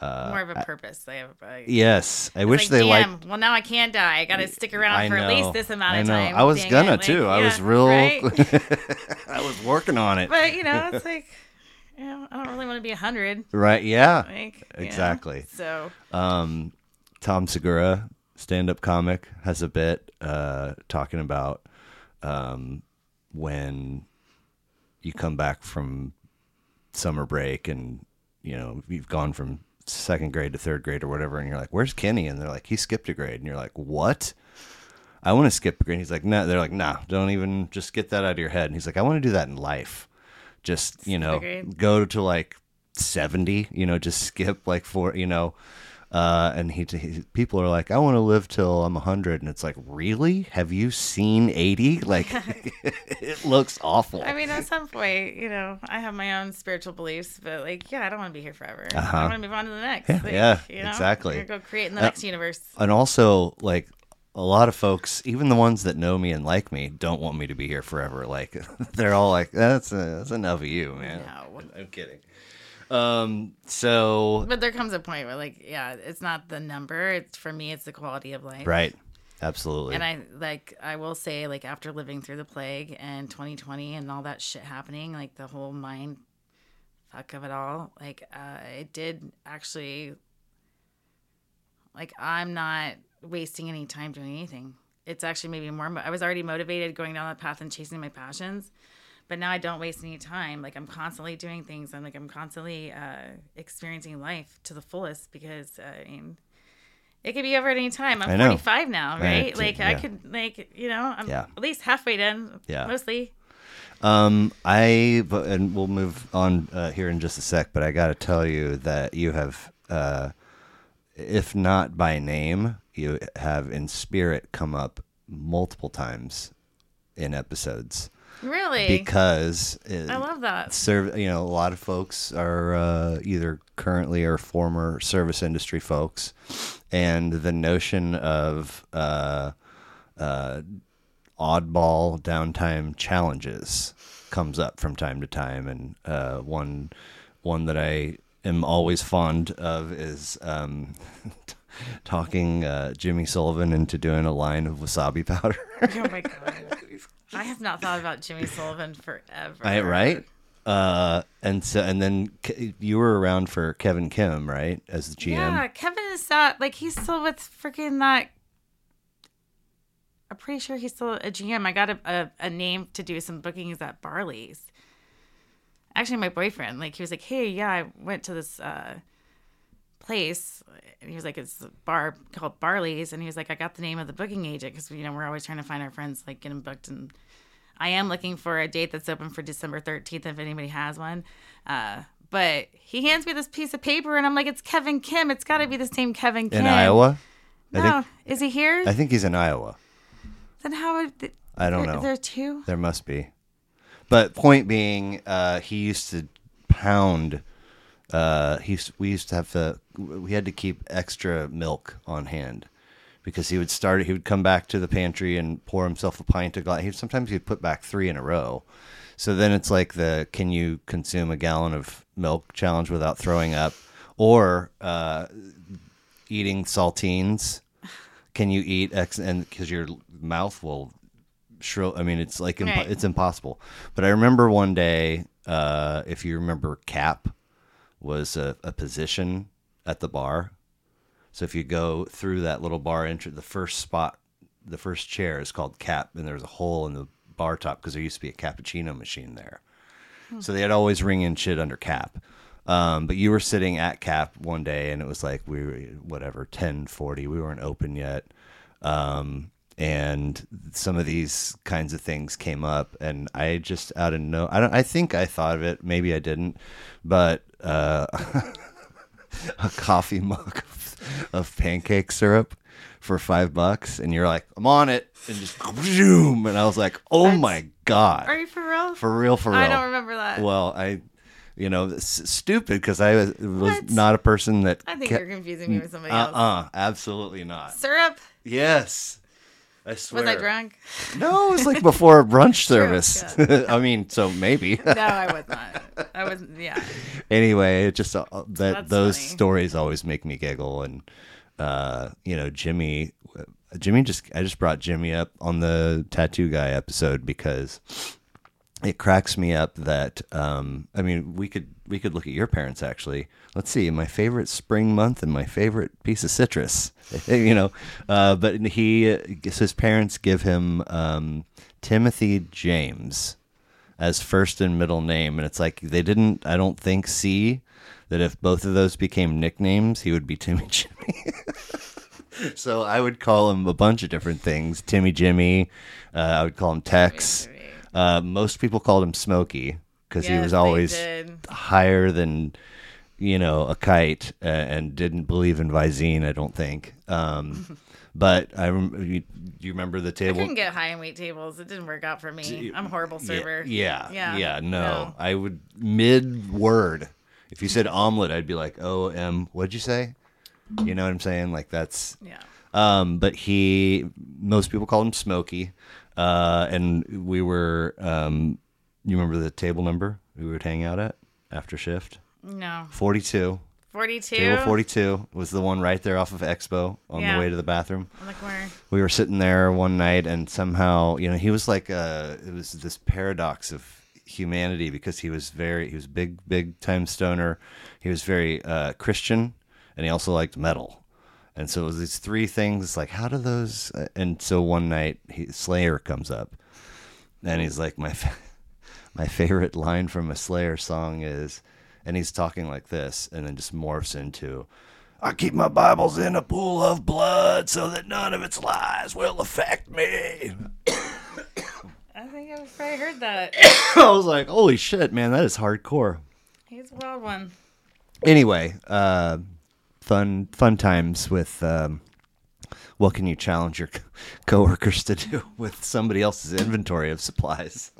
A: Uh,
B: More of a purpose. They have. A,
A: yes, I wish
B: like,
A: they
B: damn,
A: liked.
B: Well, now I can die. I got to stick around
A: I
B: for at
A: know,
B: least this amount of
A: I know.
B: time.
A: I was
B: Dang it,
A: gonna
B: like,
A: too. I was
B: yeah,
A: real.
B: right?
A: I was working on it.
B: but you know, it's like, you know, I don't really want to be a hundred.
A: Right? Yeah.
B: Like you know,
A: Exactly.
B: So
A: Um, Tom Segura, stand-up comic, has a bit uh, talking about um, when you come back from summer break and you know you've gone from second grade to third grade or whatever, and you're like, "Where's Kenny?" And they're like, "He skipped a grade," and you're like, "What?" I want to skip a grade. He's like, no. They're like, nah, don't even just get that out of your head. And he's like, I want to do that in life. Just you
B: Skip a
A: know,
B: grade.
A: go to like seventy. You know, just skip like four. You know, uh, and he, he people are like, I want to live till I'm hundred, and it's like, really? Have you seen eighty? Like, it looks awful.
B: I mean, at some point, you know, I have my own spiritual beliefs, but like, yeah, I don't want to be here forever.
A: Uh-huh.
B: I want to move on to the next.
A: Yeah,
B: like,
A: yeah,
B: you know?
A: exactly.
B: I'm gonna go create in the
A: Uh,
B: next universe.
A: and also like a lot of folks even the ones that know me and like me don't want me to be here forever like they're all like that's uh, that's enough of you man
B: No.
A: i'm kidding um so
B: But there comes a point where, like, yeah, it's not the number. It's for me, it's the quality of life.
A: right absolutely
B: And I like I will say like after living through the plague and 2020 and all that shit happening, like the whole mind fuck of it all, like uh, it did actually like I'm not wasting any time doing anything. It's actually maybe more. mo- I was already motivated going down that path and chasing my passions, but now I don't waste any time. Like I'm constantly doing things. I'm like I'm constantly uh, experiencing life to the fullest because uh, I mean, it could be over at any time. I'm
A: I know.
B: 45 now, right?
A: it's-
B: like I
A: yeah.
B: could like you know I'm
A: Yeah.
B: at least halfway done.
A: Yeah.
B: mostly.
A: um i but, and we'll move on uh, here in just a sec but i gotta tell you that you have uh if not by name you have in spirit come up multiple times in episodes
B: Really,
A: because uh, it,
B: I love that.
A: serve you know a lot of folks are uh, either currently or former service industry folks and the notion of uh, uh, oddball downtime challenges comes up from time to time and uh, one one that i am always fond of is um, talking uh, jimmy sullivan into doing a line of wasabi powder
B: oh my god. I have not thought about Jimmy Sullivan forever.
A: I, right? Uh, and so and then K- you were around for Kevin Kim, right, as the GM.
B: Yeah, Kevin is not like he's still with freaking that. I'm pretty sure he's still a GM. I got a, a, a name to do some bookings at Barley's. Actually, my boyfriend, like, he was like, "Hey, yeah, I went to this uh, place," and he was like, "It's a bar called Barley's," and he was like, "I got the name of the booking agent because you know we're always trying to find our friends like getting booked and." I am looking for a date that's open for December 13th if anybody has one. Uh, but he hands me this piece of paper and I'm like, it's Kevin Kim. It's got to be the same Kevin Kim.
A: in Iowa.
B: No.
A: I think
B: Is he here?
A: I think he's in Iowa.
B: then how would. Th-
A: I don't
B: there,
A: know.
B: There are two?
A: There must be. But point being, uh, he used to pound. Uh, he used, we used to have to we had to keep extra milk on hand because he would start he would come back to the pantry and pour himself a pint of glass. He sometimes he'd put back three in a row. So then it's like the can you consume a gallon of milk challenge without throwing up or uh, eating saltines. Can you eat X and because your mouth will shrill. I mean, it's like impo-
B: Right.
A: it's impossible. But I remember one day, uh, if you remember, cap was a, a position at the bar. So if you go through that little bar entrance, the first spot, the first chair is called cap, and there's a hole in the bar top because there used to be a cappuccino machine there. So they'd always ring in shit under cap. Um, but you were sitting at cap one day, and it was like we were whatever ten forty. We weren't open yet um, and some of these kinds of things came up and i just out of no i don't i think i thought of it maybe i didn't but uh, a coffee mug of, of pancake syrup for five bucks and you're like i'm on it and just zoom and i was like oh my
B: Are
A: god
B: you for real?
A: for real for real
B: I don't remember that.
A: well i you know s- stupid because i was, was
B: What?
A: not a person that
B: I think
A: ca- Uh,
B: you're confusing me with somebody else.
A: uh-uh absolutely not
B: Syrup?
A: yes I swear.
B: Was I drunk?
A: No, it was like before a brunch
B: True,
A: service. I mean, so maybe.
B: No, I was not. I was yeah.
A: anyway, it just uh, that
B: That's
A: those
B: funny.
A: stories always make me giggle, and uh, you know, Jimmy, uh, Jimmy just I just brought Jimmy up on the tattoo guy episode because it cracks me up that um, I mean we could we could look at your parents actually. Let's see, my favorite spring month and my favorite piece of citrus, you know. Uh, but he his parents give him um, Timothy James as first and middle name, and it's like they didn't. I don't think see that if both of those became nicknames, he would be Timmy Jimmy. so I would call him a bunch of different things: Timmy Jimmy. Uh, I would call him Tex. Uh, most people called him Smokey because he
B: Yes,
A: was
B: they
A: always
B: did.
A: higher than you know a kite uh, and didn't believe in Visine. I don't think. Um, but I rem- you, you remember the
B: I
A: table.
B: couldn't get high and weight tables. It didn't work out for me. I'm a horrible
A: Yeah,
B: server.
A: Yeah, yeah,
B: Yeah,
A: no.
B: no.
A: I would mid word. If you said omelet, I'd be like, "O M, what'd you say?" You know what I'm saying? Like that's.
B: Yeah.
A: Um, but he, most people called him Smokey, uh, and we were. Um, you remember the table number we would hang out at after shift?
B: No.
A: Forty two.
B: Forty-two.
A: Table forty two was the one right there off of Expo on
B: Yeah.
A: the way to the bathroom
B: I'm like, where?
A: we were sitting there one night and somehow you know he was like uh it was this paradox of humanity because he was very he was big big time stoner he was very uh christian and he also liked metal and so it was these three things like how do those uh, and so one night he, slayer comes up and he's like my fa- my favorite line from a slayer song is and he's talking like this and then just morphs into I keep my Bibles in a pool of blood so that none of its lies will affect me.
B: I think I've probably heard that.
A: I was like, holy shit, man, that is hardcore.
B: He's a wild one.
A: Anyway, uh, fun fun times with um, what can you challenge your co- coworkers to do with somebody else's inventory of supplies?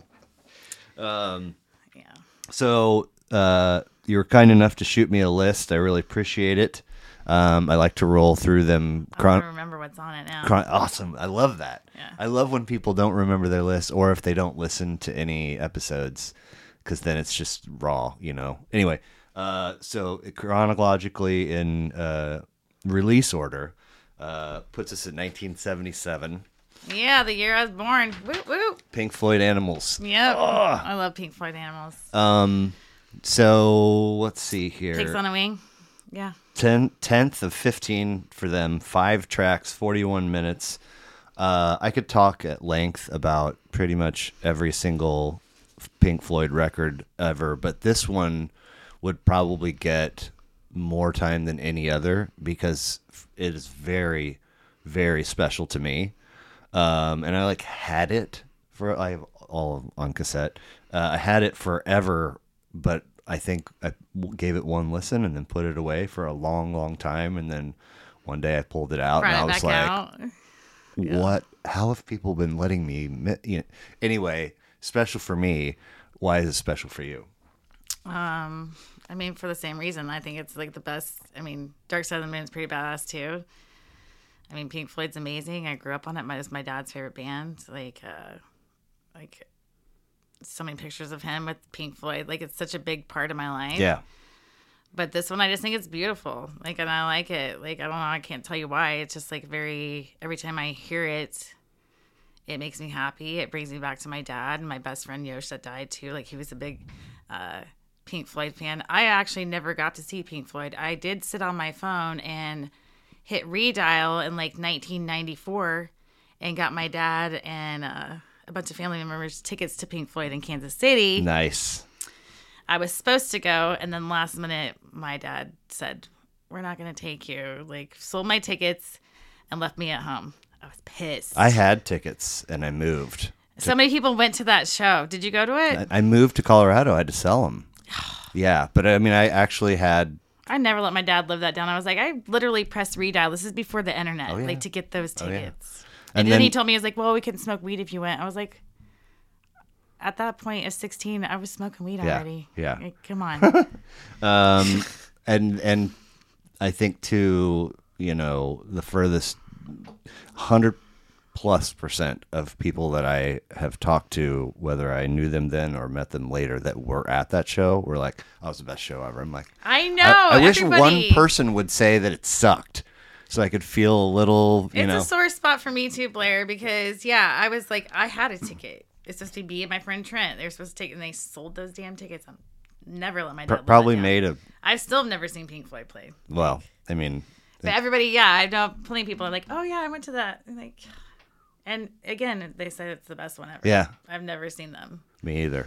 B: Yeah.
A: So uh, you were kind enough to shoot me a list. I really appreciate it. Um, I like to roll through them.
B: I don't
A: Chron-
B: remember what's on it now.
A: Chron- awesome. I love that.
B: Uh-huh. Yeah.
A: I love when people don't remember their list or if they don't listen to any episodes because then it's just raw, you know. Anyway, uh, so chronologically in uh, release order uh, puts us at 1977.
B: yeah, the year I was born. Whoop whoop.
A: Pink Floyd Animals.
B: Yep. I love Pink Floyd animals.
A: Um, so let's see here.
B: Takes on a wing. Yeah.
A: Ten, tenth of 15 for them, five tracks, 41 minutes. Uh, I could talk at length about pretty much every single Pink Floyd record ever, but this one would probably get more time than any other because it is very, very special to me. Um, and I like had it for, I have all on cassette. Uh, I had it forever, but I think I w- gave it one listen and then put it away for a long, long time. And then one day I pulled it out and
B: Brought
A: I
B: it
A: was
B: back
A: like,
B: out.
A: what how have people been letting me mi- you know, anyway special for me why is it special for you
B: Um, I mean, for the same reason, I think it's like the best. I mean, Dark Side of the Moon is pretty badass too. I mean, Pink Floyd's amazing. I grew up on it. My, it's my dad's favorite band. Like, uh, like so many pictures of him with Pink Floyd. Like, it's such a big part of my life.
A: yeah
B: But this one, I just think it's beautiful. Like, and I like it. Like, I don't know. I can't tell you why. It's just like very. Every time I hear it, it makes me happy. It brings me back to my dad and my best friend Yosh that died too. Like he was a big uh, Pink Floyd fan. I actually never got to see Pink Floyd. I did sit on my phone and hit redial in like 1994 and got my dad and uh, a bunch of family members tickets to Pink Floyd in Kansas City.
A: nice
B: I was supposed to go, and then last minute, my dad said, "We're not going to take you." Like sold my tickets and left me at home. I was pissed.
A: i had tickets and i moved
B: So many people went to that show. Did you go to it?
A: i, I moved to colorado i had to sell them yeah but i mean i actually had
B: I never let my dad live that down. I was like, I literally pressed redial. This is before the internet,
A: Oh, yeah.
B: like to get those
A: yeah.
B: tickets.
A: And
B: And, then,
A: then-
B: he told me, he was like, well, we can smoke weed if you went. I was like, at that point at 16, I was smoking weed
A: Yeah.
B: already.
A: Yeah.
B: Like, come on.
A: um and and i think too you know the furthest 100 plus percent of people that I have talked to, whether I knew them then or met them later, that were at that show were like, "That was the best show ever." I'm like,
B: I know.
A: I, I wish one
B: everybody-
A: person would say that it sucked, so I could feel a little, you
B: it's
A: know.
B: a sore spot for me too, Blair, because yeah, I was like, I had a ticket. It's supposed to be me and my friend Trent. They're supposed to take, and they sold those damn tickets. I'm never let my dad
A: pr-
B: live that
A: probably
B: down.
A: made a
B: I've still never seen Pink Floyd play.
A: well. I mean,
B: But everybody, yeah, I know plenty of people are like, oh yeah, I went to that. And like, and again, they said it's the best one ever.
A: yeah,
B: I've never seen them
A: me either.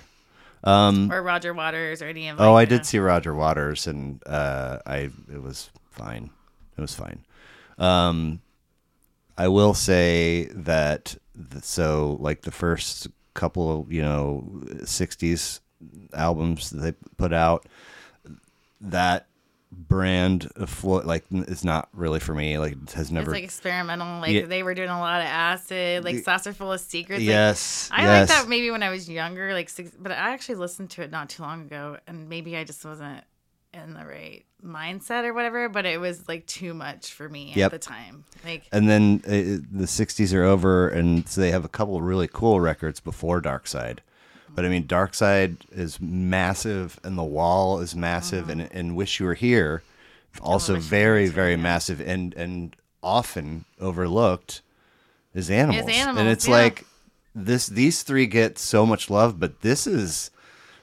B: or Roger Waters or any of.
A: Oh,
B: like,
A: I
B: you know.
A: did see Roger Waters, and uh, I it was fine. It was fine. Um, I will say that th- so like the first couple, you know, '60s albums that they put out, that brand of Floyd like n- is not really for me. Like it has
B: It's
A: never.
B: like experimental. Like
A: Yeah.
B: they were doing a lot of acid, like saucer full of secrets. like,
A: yes,
B: I
A: yes.
B: like that maybe when I was younger, like six, but I actually listened to it not too long ago, and maybe I just wasn't in the right mindset or whatever. But it was like too much for me
A: Yep.
B: at the time. Like
A: and then uh, the 60s are over and so they have a couple of really cool records before dark side but i mean dark side is massive and the wall is massive and, and wish you were here also
B: Uh-huh. Oh, Wish You Were
A: very
B: Here,
A: very
B: yeah.
A: massive and and often overlooked is animals, and
B: Animals,
A: it's
B: yeah.
A: like this these three get so much love but this is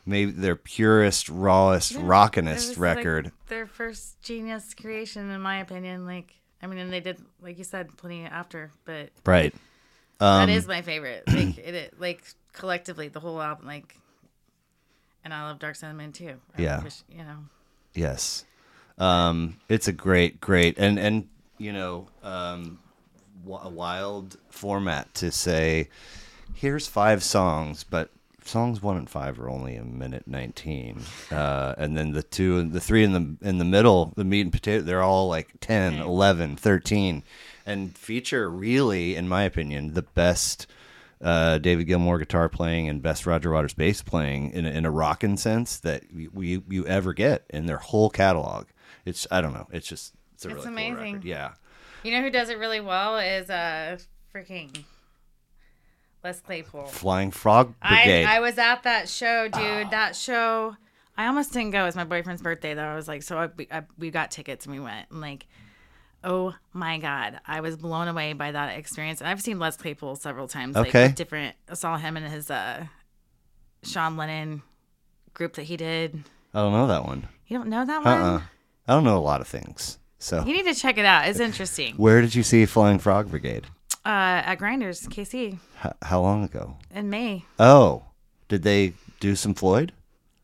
A: maybe their purest rawest
B: it
A: rockinest
B: was, like,
A: record
B: their first genius creation, in my opinion. Like I mean, and they did, like you said, plenty after, but
A: right Um,
B: that is my favorite. Like it, it, like collectively, the whole album, like. And I love Dark Side of the Moon too. I
A: Yeah.
B: wish- you know.
A: Yes. Um, it's a great, great, and and you know, um, w- a wild format to say, here's five songs, but songs one and five are only a minute nineteen, uh, and then the two and the three in the in the middle, the meat and potato, they're all like 10, 11, 13, and feature really, in my opinion, the best. Uh, David Gilmour guitar playing and best Roger Waters bass playing in a, in a rockin' sense that you, you you ever get in their whole catalog. It's I don't know. It's just it's a
B: It's
A: really
B: amazing.
A: cool record. Yeah,
B: You know who does it really well is uh freaking Les Claypool.
A: Flying Frog
B: I,
A: Brigade.
B: I was at that show, dude. That show, I almost didn't go. It was my boyfriend's birthday, though. I was like, so I, we- I, we got tickets and we went. And like, oh my god, I was blown away by that experience. And I've seen Les Claypool several times. Like,
A: Okay.
B: with different. I saw him in his uh, Sean Lennon group that he did.
A: I don't know that one.
B: You don't know that
A: Uh
B: one?
A: uh I don't know a lot of things. So,
B: You need to check it out. It's interesting.
A: where did you see Flying Frog Brigade?
B: Uh, at Grinders KC
A: H- how long ago?
B: in May.
A: Oh, did they do some Floyd?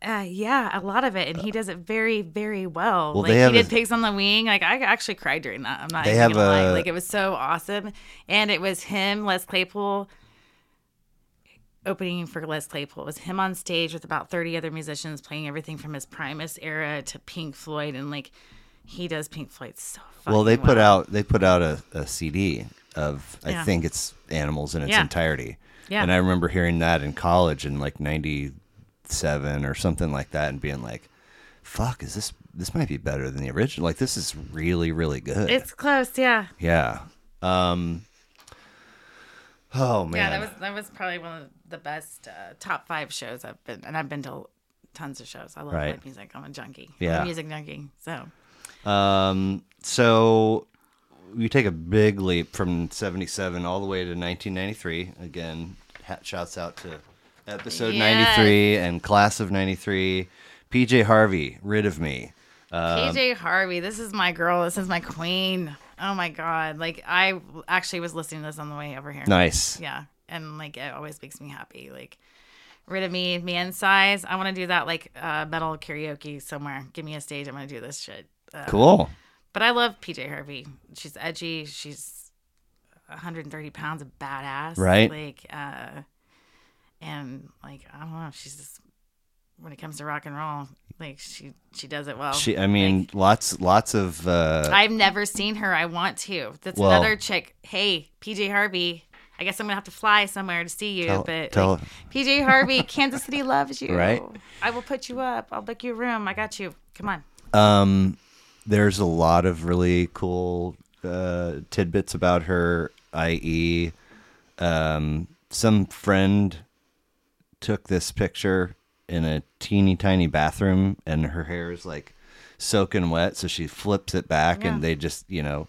B: Uh, yeah, a lot of it, and he does it very, very well.
A: Well,
B: like
A: they have
B: he did
A: a-
B: Pigs on the Wing. Like I actually cried during that. I'm not
A: They
B: even
A: have
B: gonna lie.
A: a-
B: Like it was so awesome, and it was him, Les Claypool, opening for Les Claypool. It was him on stage with about 30 other musicians playing everything from his Primus era to Pink Floyd, and like he does Pink Floyd so.
A: Well, they
B: fucking
A: put out they put out a, a CD of I
B: Yeah.
A: think it's Animals in its
B: Yeah.
A: entirety.
B: Yeah.
A: And I remember hearing that in college in like '97 or something like that, and being like, "Fuck, is this this might be better than the original? Like this is really really good."
B: It's close, yeah.
A: yeah. Um. Oh man.
B: Yeah, that was that was probably one of the best uh, top five shows I've been, and I've been to tons of shows. I love
A: Right.
B: live music. I'm a junkie. I'm
A: Yeah.
B: a music junkie. So
A: Um, so you take a big leap from 77 all the way to 1993. Again, hat shouts out to episode
B: Yes.
A: 93 and class of 93. PJ Harvey, Rid of Me. Um,
B: PJ Harvey, this is my girl. This is my queen. Oh my god! Like I actually was listening to this on the way over here.
A: Nice.
B: Yeah, and like it always makes me happy. Like rid of me, man size. I want to do that like uh, metal karaoke somewhere. Give me a stage. I'm gonna do this shit. Uh,
A: Cool.
B: But I love PJ Harvey. She's edgy. She's 130 pounds of badass.
A: Right.
B: Like, uh, and like I don't know. She's just when it comes to rock and roll, like she she does it well.
A: She, I
B: Like,
A: mean, lots, lots of, uh,
B: I've never seen her. I want to. That's
A: Well-
B: another chick. Hey, PJ Harvey. I guess I'm gonna have to fly somewhere to see you,
A: Tell-
B: but
A: tell-
B: like, PJ Harvey, Kansas City loves you.
A: Right.
B: I will put you up. I'll book you a room. I got you. Come on.
A: um, there's a lot of really cool, uh, tidbits about her, i.e., um, some friend took this picture in a teeny tiny bathroom, and her hair is like soaking wet, so she flips it back,
B: Yeah.
A: and they just you know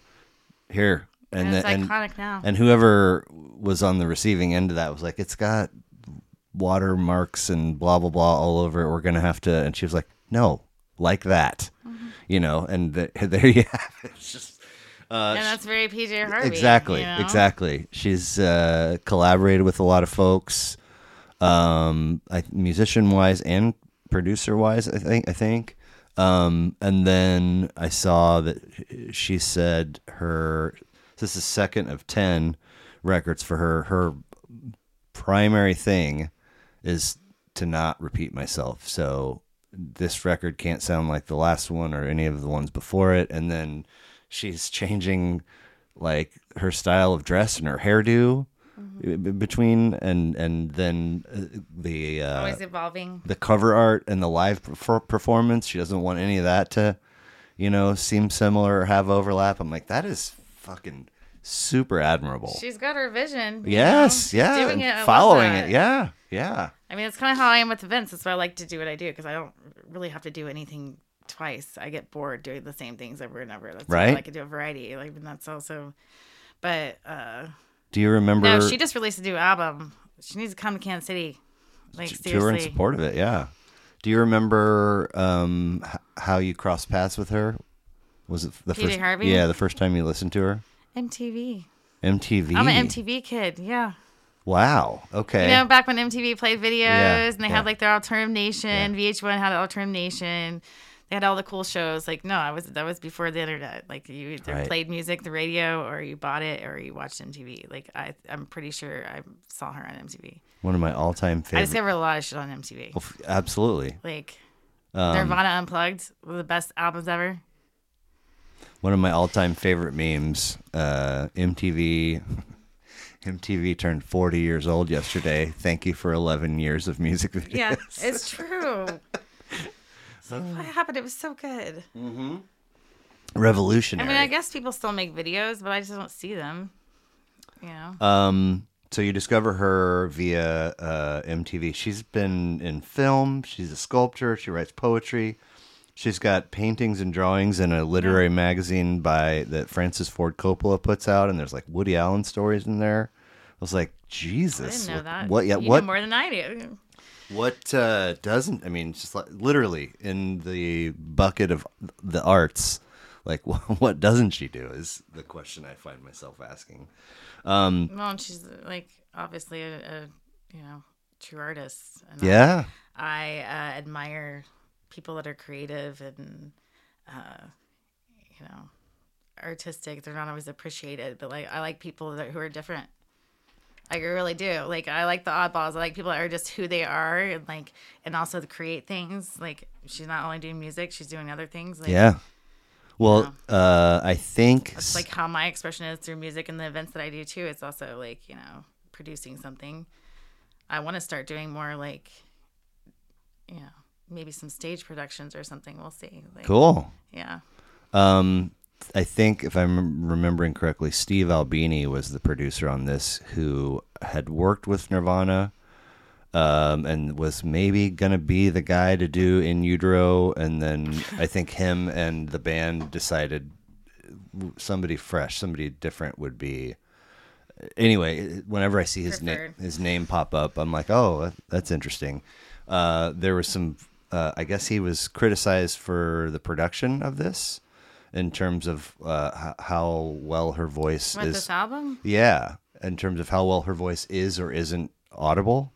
A: here and
B: And, it's
A: the- and-
B: iconic now.
A: and whoever was on the receiving end of that was like, it's got water marks and blah blah blah all over. it. We're gonna have to. And she was like, no, like that, you know. And th- there you have it. It's just uh,
B: and that's very PJ Harvey.
A: exactly,
B: you know?
A: exactly. She's uh, collaborated with a lot of folks, um, I, musician wise and producer wise. I think. I think. Um, and then I saw that she said her this is second of ten records for her. Her primary thing is to not repeat myself. So this record can't sound like the last one or any of the ones before it. And then she's changing like her style of dress and her hairdo b- b- between and and then uh, the uh,
B: Always evolving.
A: the cover art and the live perfor- performance. She doesn't want any of that to, you know, seem similar or have overlap. I'm like, that is fucking super admirable.
B: She's got her vision. you
A: yes,
B: know?
A: yeah, and
B: Doing it, I love
A: following
B: that.
A: it, yeah, yeah,
B: I mean, it's kind of how I am with events. That's why I like to do what I do because I don't really have to do anything twice. I get bored doing the same things over and over. That's why I
A: Right.
B: like to do a variety. Like, and that's also, but uh,
A: Do you remember
B: no, she just released a new album. She needs to come to Kansas City. Like,
A: t- tour in
B: seriously.
A: support of it? Yeah. Do you remember um, h- how you crossed paths with her? Was it the
B: PJ
A: first?
B: Harvey?
A: Yeah, the first time you listened to her.
B: MTV.
A: MTV.
B: I'm an MTV kid. Yeah.
A: Wow. Okay.
B: You know, back when MTV played videos and they
A: yeah.
B: had like their Alternative Nation, VH1 had Alternative Nation. They had all the cool shows. Like, no, I was that was before the internet. Like, you either
A: Right.
B: played music, the radio, or you bought it, or you watched MTV. Like, I, I'm pretty sure I saw her on MTV.
A: One of my all-time
B: I
A: favorites.
B: discovered a lot of shit on MTV.
A: Absolutely.
B: Like,
A: Oh. Um,
B: Nirvana Unplugged, one of the best albums ever.
A: one of my all-time favorite memes uh, mtv mtv turned 40 years old yesterday thank you for 11 years of music videos
B: Yeah, it's true. It's like,
A: Oh.
B: what happened? It was so good. I
A: revolutionary
B: mean, I guess people still make videos, but I just don't see them. You know.
A: um so you discover her via uh, mtv she's been in film she's a sculptor she writes poetry she's got paintings and drawings in a literary magazine by that francis ford coppola puts out and there's like woody allen stories in there i was like jesus
B: I didn't know
A: what,
B: that.
A: what yeah
B: you
A: what
B: Know more than I do.
A: What uh, doesn't? I mean, it's just like literally in the bucket of the arts, like what, what doesn't she do is the question I find myself asking. Mm.
B: Well, and she's like obviously a, a you know true artist. And
A: Yeah,
B: I, I uh, admire people that are creative and uh, you know artistic. They're not always appreciated, but like I like people that who are different. Like I really do. Like I like the oddballs. I like people that are just who they are, and like, and also to create things. Like she's not only doing music; she's doing other things. Like,
A: yeah. Well, uh, I think
B: It's like how my expression is through music and the events that I do too. It's also like, you know, producing something. I want to start doing more like, you know, maybe some stage productions or something. We'll see. Like,
A: cool.
B: Yeah.
A: Um, I think if I'm remembering correctly, Steve Albini was the producer on this, who had worked with Nirvana, um, and was maybe gonna be the guy to do In Utero, and then I think him and the band decided uh, somebody fresh, somebody different would be. Anyway, whenever I see his name
B: Preferred.
A: his name pop up, I'm like, oh, that- that's interesting. Uh, there was some. Uh, I guess he was criticized for the production of this, in terms of uh, h- how well her voice
B: With
A: is.
B: this album?
A: Yeah, in terms of how well her voice is or isn't audible,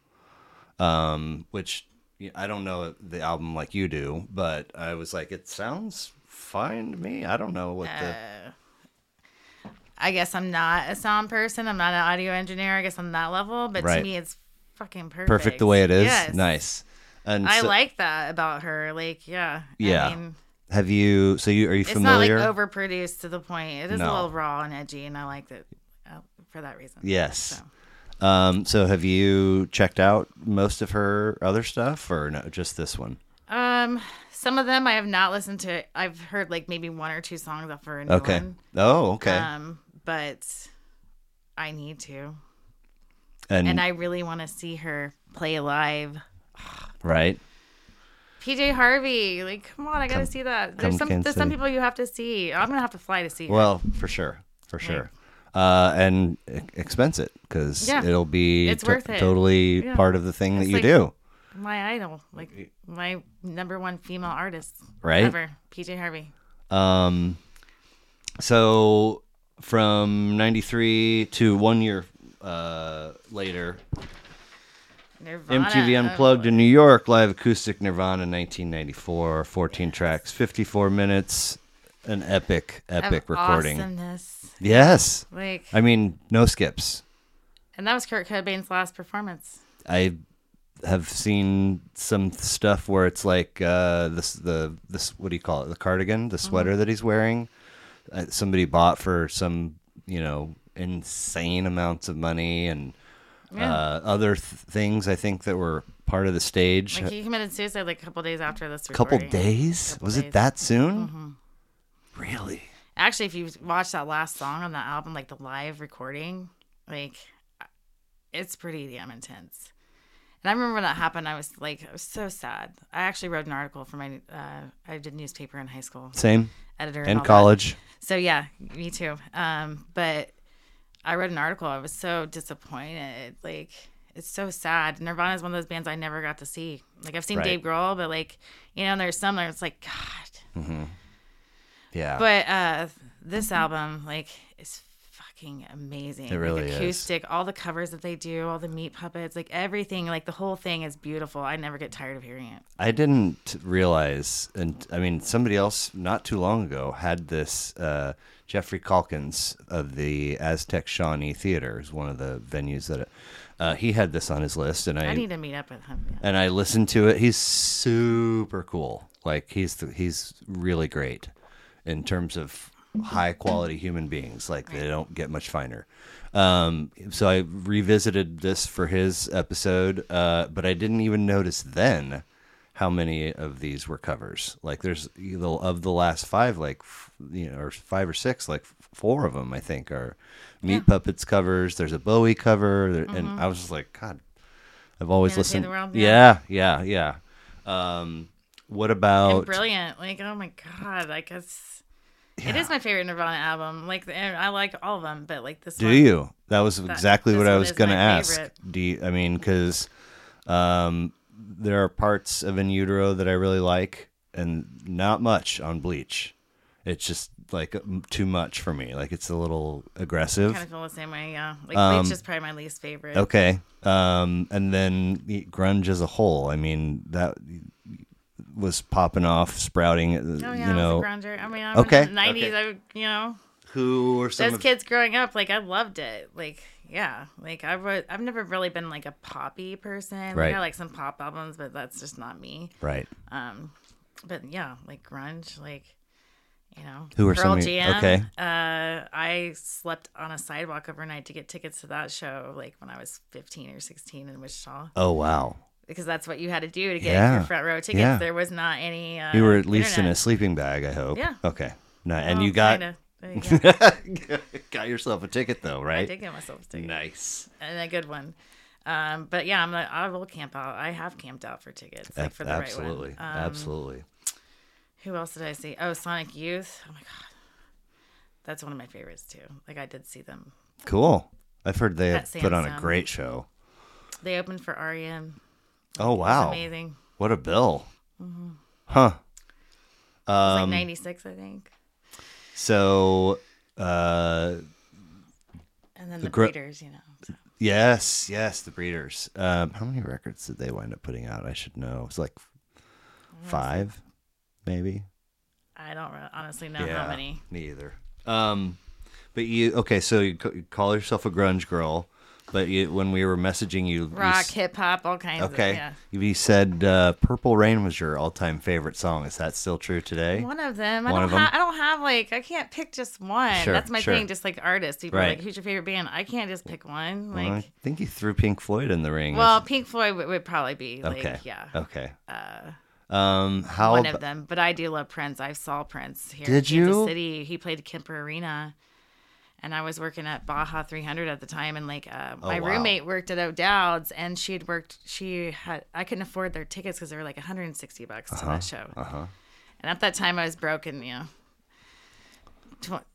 A: um, which y- I don't know the album like you do, but I was like, it sounds fine to me. I don't know what
B: Uh,
A: the
B: I guess I'm not a sound person. I'm not an audio engineer. I guess on that level. But to
A: Right.
B: me, it's fucking perfect.
A: perfect the way it is.
B: Yes.
A: Nice. And
B: I
A: so-
B: like that about her. Like, yeah.
A: Yeah.
B: I mean,
A: Have you? So you are you
B: it's
A: familiar?
B: not like overproduced to the point. It is a
A: No.
B: little raw and edgy, and I like it uh, for that reason.
A: yes. Um, so have you checked out most of her other stuff, or no, just this one?
B: Um, some of them I have not listened to. I've heard like maybe one or two songs off her new Um,
A: Okay.
B: one.
A: Oh, okay.
B: Um, but I need to.
A: And,
B: and I really want to see her play live.
A: right?
B: PJ Harvey, like, come on, I gotta see that. There's
A: come
B: some,
A: Kansas
B: there's some
A: City.
B: people you have to see. I'm gonna have to fly to see her.
A: Well, for sure, for sure, uh, and e- expense it because
B: Yeah.
A: it'll be
B: It's
A: to-
B: worth it.
A: totally
B: Yeah.
A: part of the thing that
B: It's
A: you
B: like-
A: do,
B: my idol, like my number one female artist
A: right?
B: ever, PJ Harvey.
A: Um, so from '93 to one year uh, later,
B: Nirvana.
A: MTV
B: oh,
A: Unplugged in New York, live acoustic Nirvana, 1994, 14 tracks, 54 minutes, an epic,
B: of
A: epic recording.
B: Awesomeness.
A: Yes,
B: Like,
A: I mean no skips.
B: and that was Kurt Cobain's last performance.
A: I have seen some stuff where it's like uh, this the this what do you call it the cardigan
B: Mm-hmm.
A: the sweater that he's wearing uh, somebody bought for some you know insane amounts of money and
B: Yeah.
A: uh, other th- things I think that were part of the stage
B: Like he committed suicide like a couple days after this.
A: a couple
B: recording.
A: days was
B: days. Mm-hmm.
A: it that soon really
B: Actually, if you watch that last song on the album, like the live recording, like it's pretty damn intense. And I remember when that happened, I was like, I was so sad. I actually wrote an article for my, uh, I did newspaper in high school,
A: same
B: editor and
A: and
B: all that.
A: college
B: So yeah, me too. Um, but I read an article. I was so disappointed. Like it's so sad. Nirvana is one of those bands I never got to see. Like I've seen
A: Right.
B: Dave Grohl, but like you know, there's some where it's like God.
A: yeah
B: But uh, this album, like, is fucking amazing.
A: It really
B: like,
A: is.
B: acoustic, all the covers that they do, all the meat puppets, like everything, like the whole thing is beautiful. I never get tired of hearing it.
A: I didn't realize, and I mean, somebody else not too long ago had this. Uh, Jeffrey Calkins of the Aztec Shawnee Theater is one of the venues that uh, he had this on his list, and I,
B: I need to meet up with him. Yeah.
A: and I listened to it. He's super cool. Like he's the, he's really great in terms of high quality human beings. Like they don't get much finer. Um, so I revisited this for his episode, uh, but I didn't even notice then how many of these were covers. Like there's e, the, of the last five, like f- you know, or five or six, like f- four of them I think are Meat Puppets covers. There's a Bowie cover, there, and I was just like, God, I've always
B: Entertain
A: listened.
B: the world,
A: yeah,
B: yeah.
A: yeah, yeah. Um, what
B: And
A: about
B: brilliant. Like, oh my God. Like, it's, it is my favorite Nirvana album. Like, and I like all of them, but like this
A: Do
B: one.
A: you? That was exactly
B: this
A: what I
B: one
A: was
B: is
A: going to
B: my
A: ask.
B: favorite.
A: Do you, I mean because um, there are parts of In Utero that I really like, and not much on Bleach. It's just like m- too much for me. Like it's a little aggressive.
B: Kind of feel the same way. Yeah. Like,
A: Um,
B: Bleach is probably my least favorite.
A: Okay. Um, and then the grunge as a whole. I mean that was popping off, sprouting. uh,
B: Oh, yeah.
A: you know
B: I was a grounder. I mean, I'm
A: Okay,
B: in the 90s.
A: okay.
B: I, would- you know,
A: who or some
B: Those
A: of
B: kids growing up, like I loved it. Like yeah, like I was. I've never really been like a poppy person. Like,
A: Right.
B: I like some pop albums, but that's just not me.
A: right.
B: Um, but yeah, like grunge, like you know,
A: Who are
B: Pearl
A: some of you-
B: Jam.
A: okay.
B: Uh, I slept on a sidewalk overnight to get tickets to that show, like when I was fifteen or sixteen in Wichita,
A: Oh wow.
B: because that's what you had to do to get
A: Yeah.
B: your front row tickets.
A: Yeah.
B: There was not any. Uh,
A: You were at least in a
B: internet.
A: sleeping bag, I hope.
B: Yeah.
A: Okay. No, and
B: Well,
A: you got
B: kinda. There you go.
A: got yourself a ticket though,
B: I
A: right?
B: did get myself a ticket.
A: Nice.
B: and a good one. Um, but yeah, I'm like, I will camp out. I have camped out for tickets, like for the
A: absolutely,
B: right one. Um,
A: absolutely.
B: Who else did I see? Oh, Sonic Youth. Oh my god, that's one of my favorites too. Like I did see them.
A: Cool. I've heard they
B: At
A: put on a
B: Samsung.
A: great show.
B: They opened for REM.
A: Oh
B: It was
A: wow,
B: amazing. Mm-hmm.
A: what a bill, huh?
B: It was
A: Um,
B: like '96, I think.
A: so, uh,
B: And then
A: the
B: the,
A: gr-
B: Breeders, you know. So,
A: yes, yes, the Breeders. Um, how many records did they wind up putting out? I should know. It's like five, maybe.
B: I don't re- honestly know how many.
A: Me either. Um, but you okay? So you ca- you call yourself a grunge girl, but you, when we were messaging you, you
B: Rock,
A: s-
B: hip hop, all kinds.
A: okay,
B: Of, yeah.
A: you said uh, "Purple Rain" was your all-time favorite song. Is that still true today?
B: One of them. I
A: One
B: don't
A: of them.
B: have. I don't have like. I can't pick just one.
A: Sure,
B: That's my
A: sure.
B: thing. Just like artists, people are
A: Right.
B: like, "Who's your favorite band?" I can't just pick one.
A: Well,
B: Like.
A: I think you threw Pink Floyd in the ring.
B: Well, Pink Floyd would, would probably be like,
A: okay,
B: yeah, Uh,
A: okay. um, how
B: one
A: ab-
B: of them. But I do love Prince. I saw Prince here
A: Did
B: in Kansas
A: you?
B: City. He played Kemper Arena, and I was working at Baja 300 at the time, and like uh, my
A: Oh, wow.
B: roommate worked at O'Dowd's, and she had worked. She had I couldn't afford their tickets because they were like 160 bucks to that show,
A: Uh-huh.
B: and at that time I was broken, you know, tw-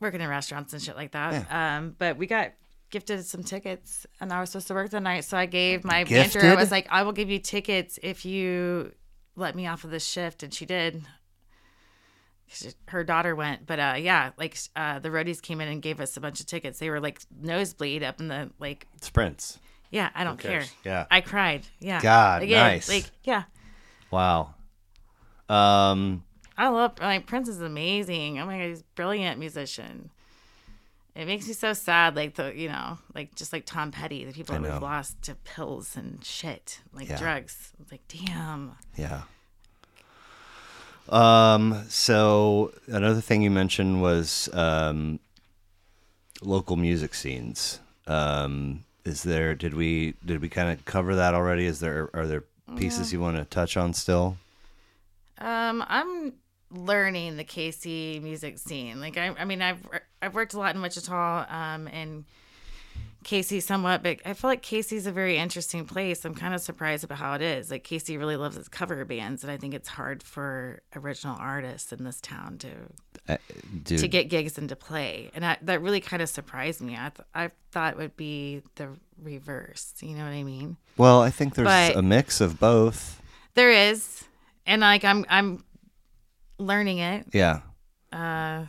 B: working in restaurants and shit like that. Um, but we got gifted some tickets, and I was supposed to work the night, so I gave my manager. I
A: Gifted?
B: was like, I will give you tickets if you let me off of this shift, and she did. 'Cause Her daughter went, but uh, yeah, like uh, the roadies came in and gave us a bunch of tickets. They were like nosebleed up in the like,
A: Sprints.
B: yeah, I don't care.
A: cares? Yeah.
B: I cried. Yeah,
A: God,
B: Again,
A: nice.
B: Like, yeah,
A: Wow. Um,
B: I love like Prince is amazing. Oh my god, he's a brilliant musician. It makes me so sad, like the you know, like just like Tom Petty, the people
A: I
B: that we've
A: know.
B: lost to pills and shit, like
A: Yeah.
B: drugs. It's like damn,
A: yeah. Um, so another thing you mentioned was um, local music scenes. Um, is there did we did we kind of cover that already? Is there are there pieces you want to touch on still?
B: Um, I'm learning the KC music scene. Like I, I mean, I've I've worked a lot in Wichita, um, and KC somewhat, but I feel like KC's a very interesting place. I'm kind of surprised about how it is. Like KC really loves its cover bands, and I think it's hard for original artists in this town to
A: Uh, dude,
B: to get gigs and to play, and I, that really kind of surprised me. I th- I thought it would be the reverse. You know what I mean?
A: well, I think there's
B: but-
A: a mix of both.
B: There is, and like I'm I'm learning it.
A: Yeah.
B: uh,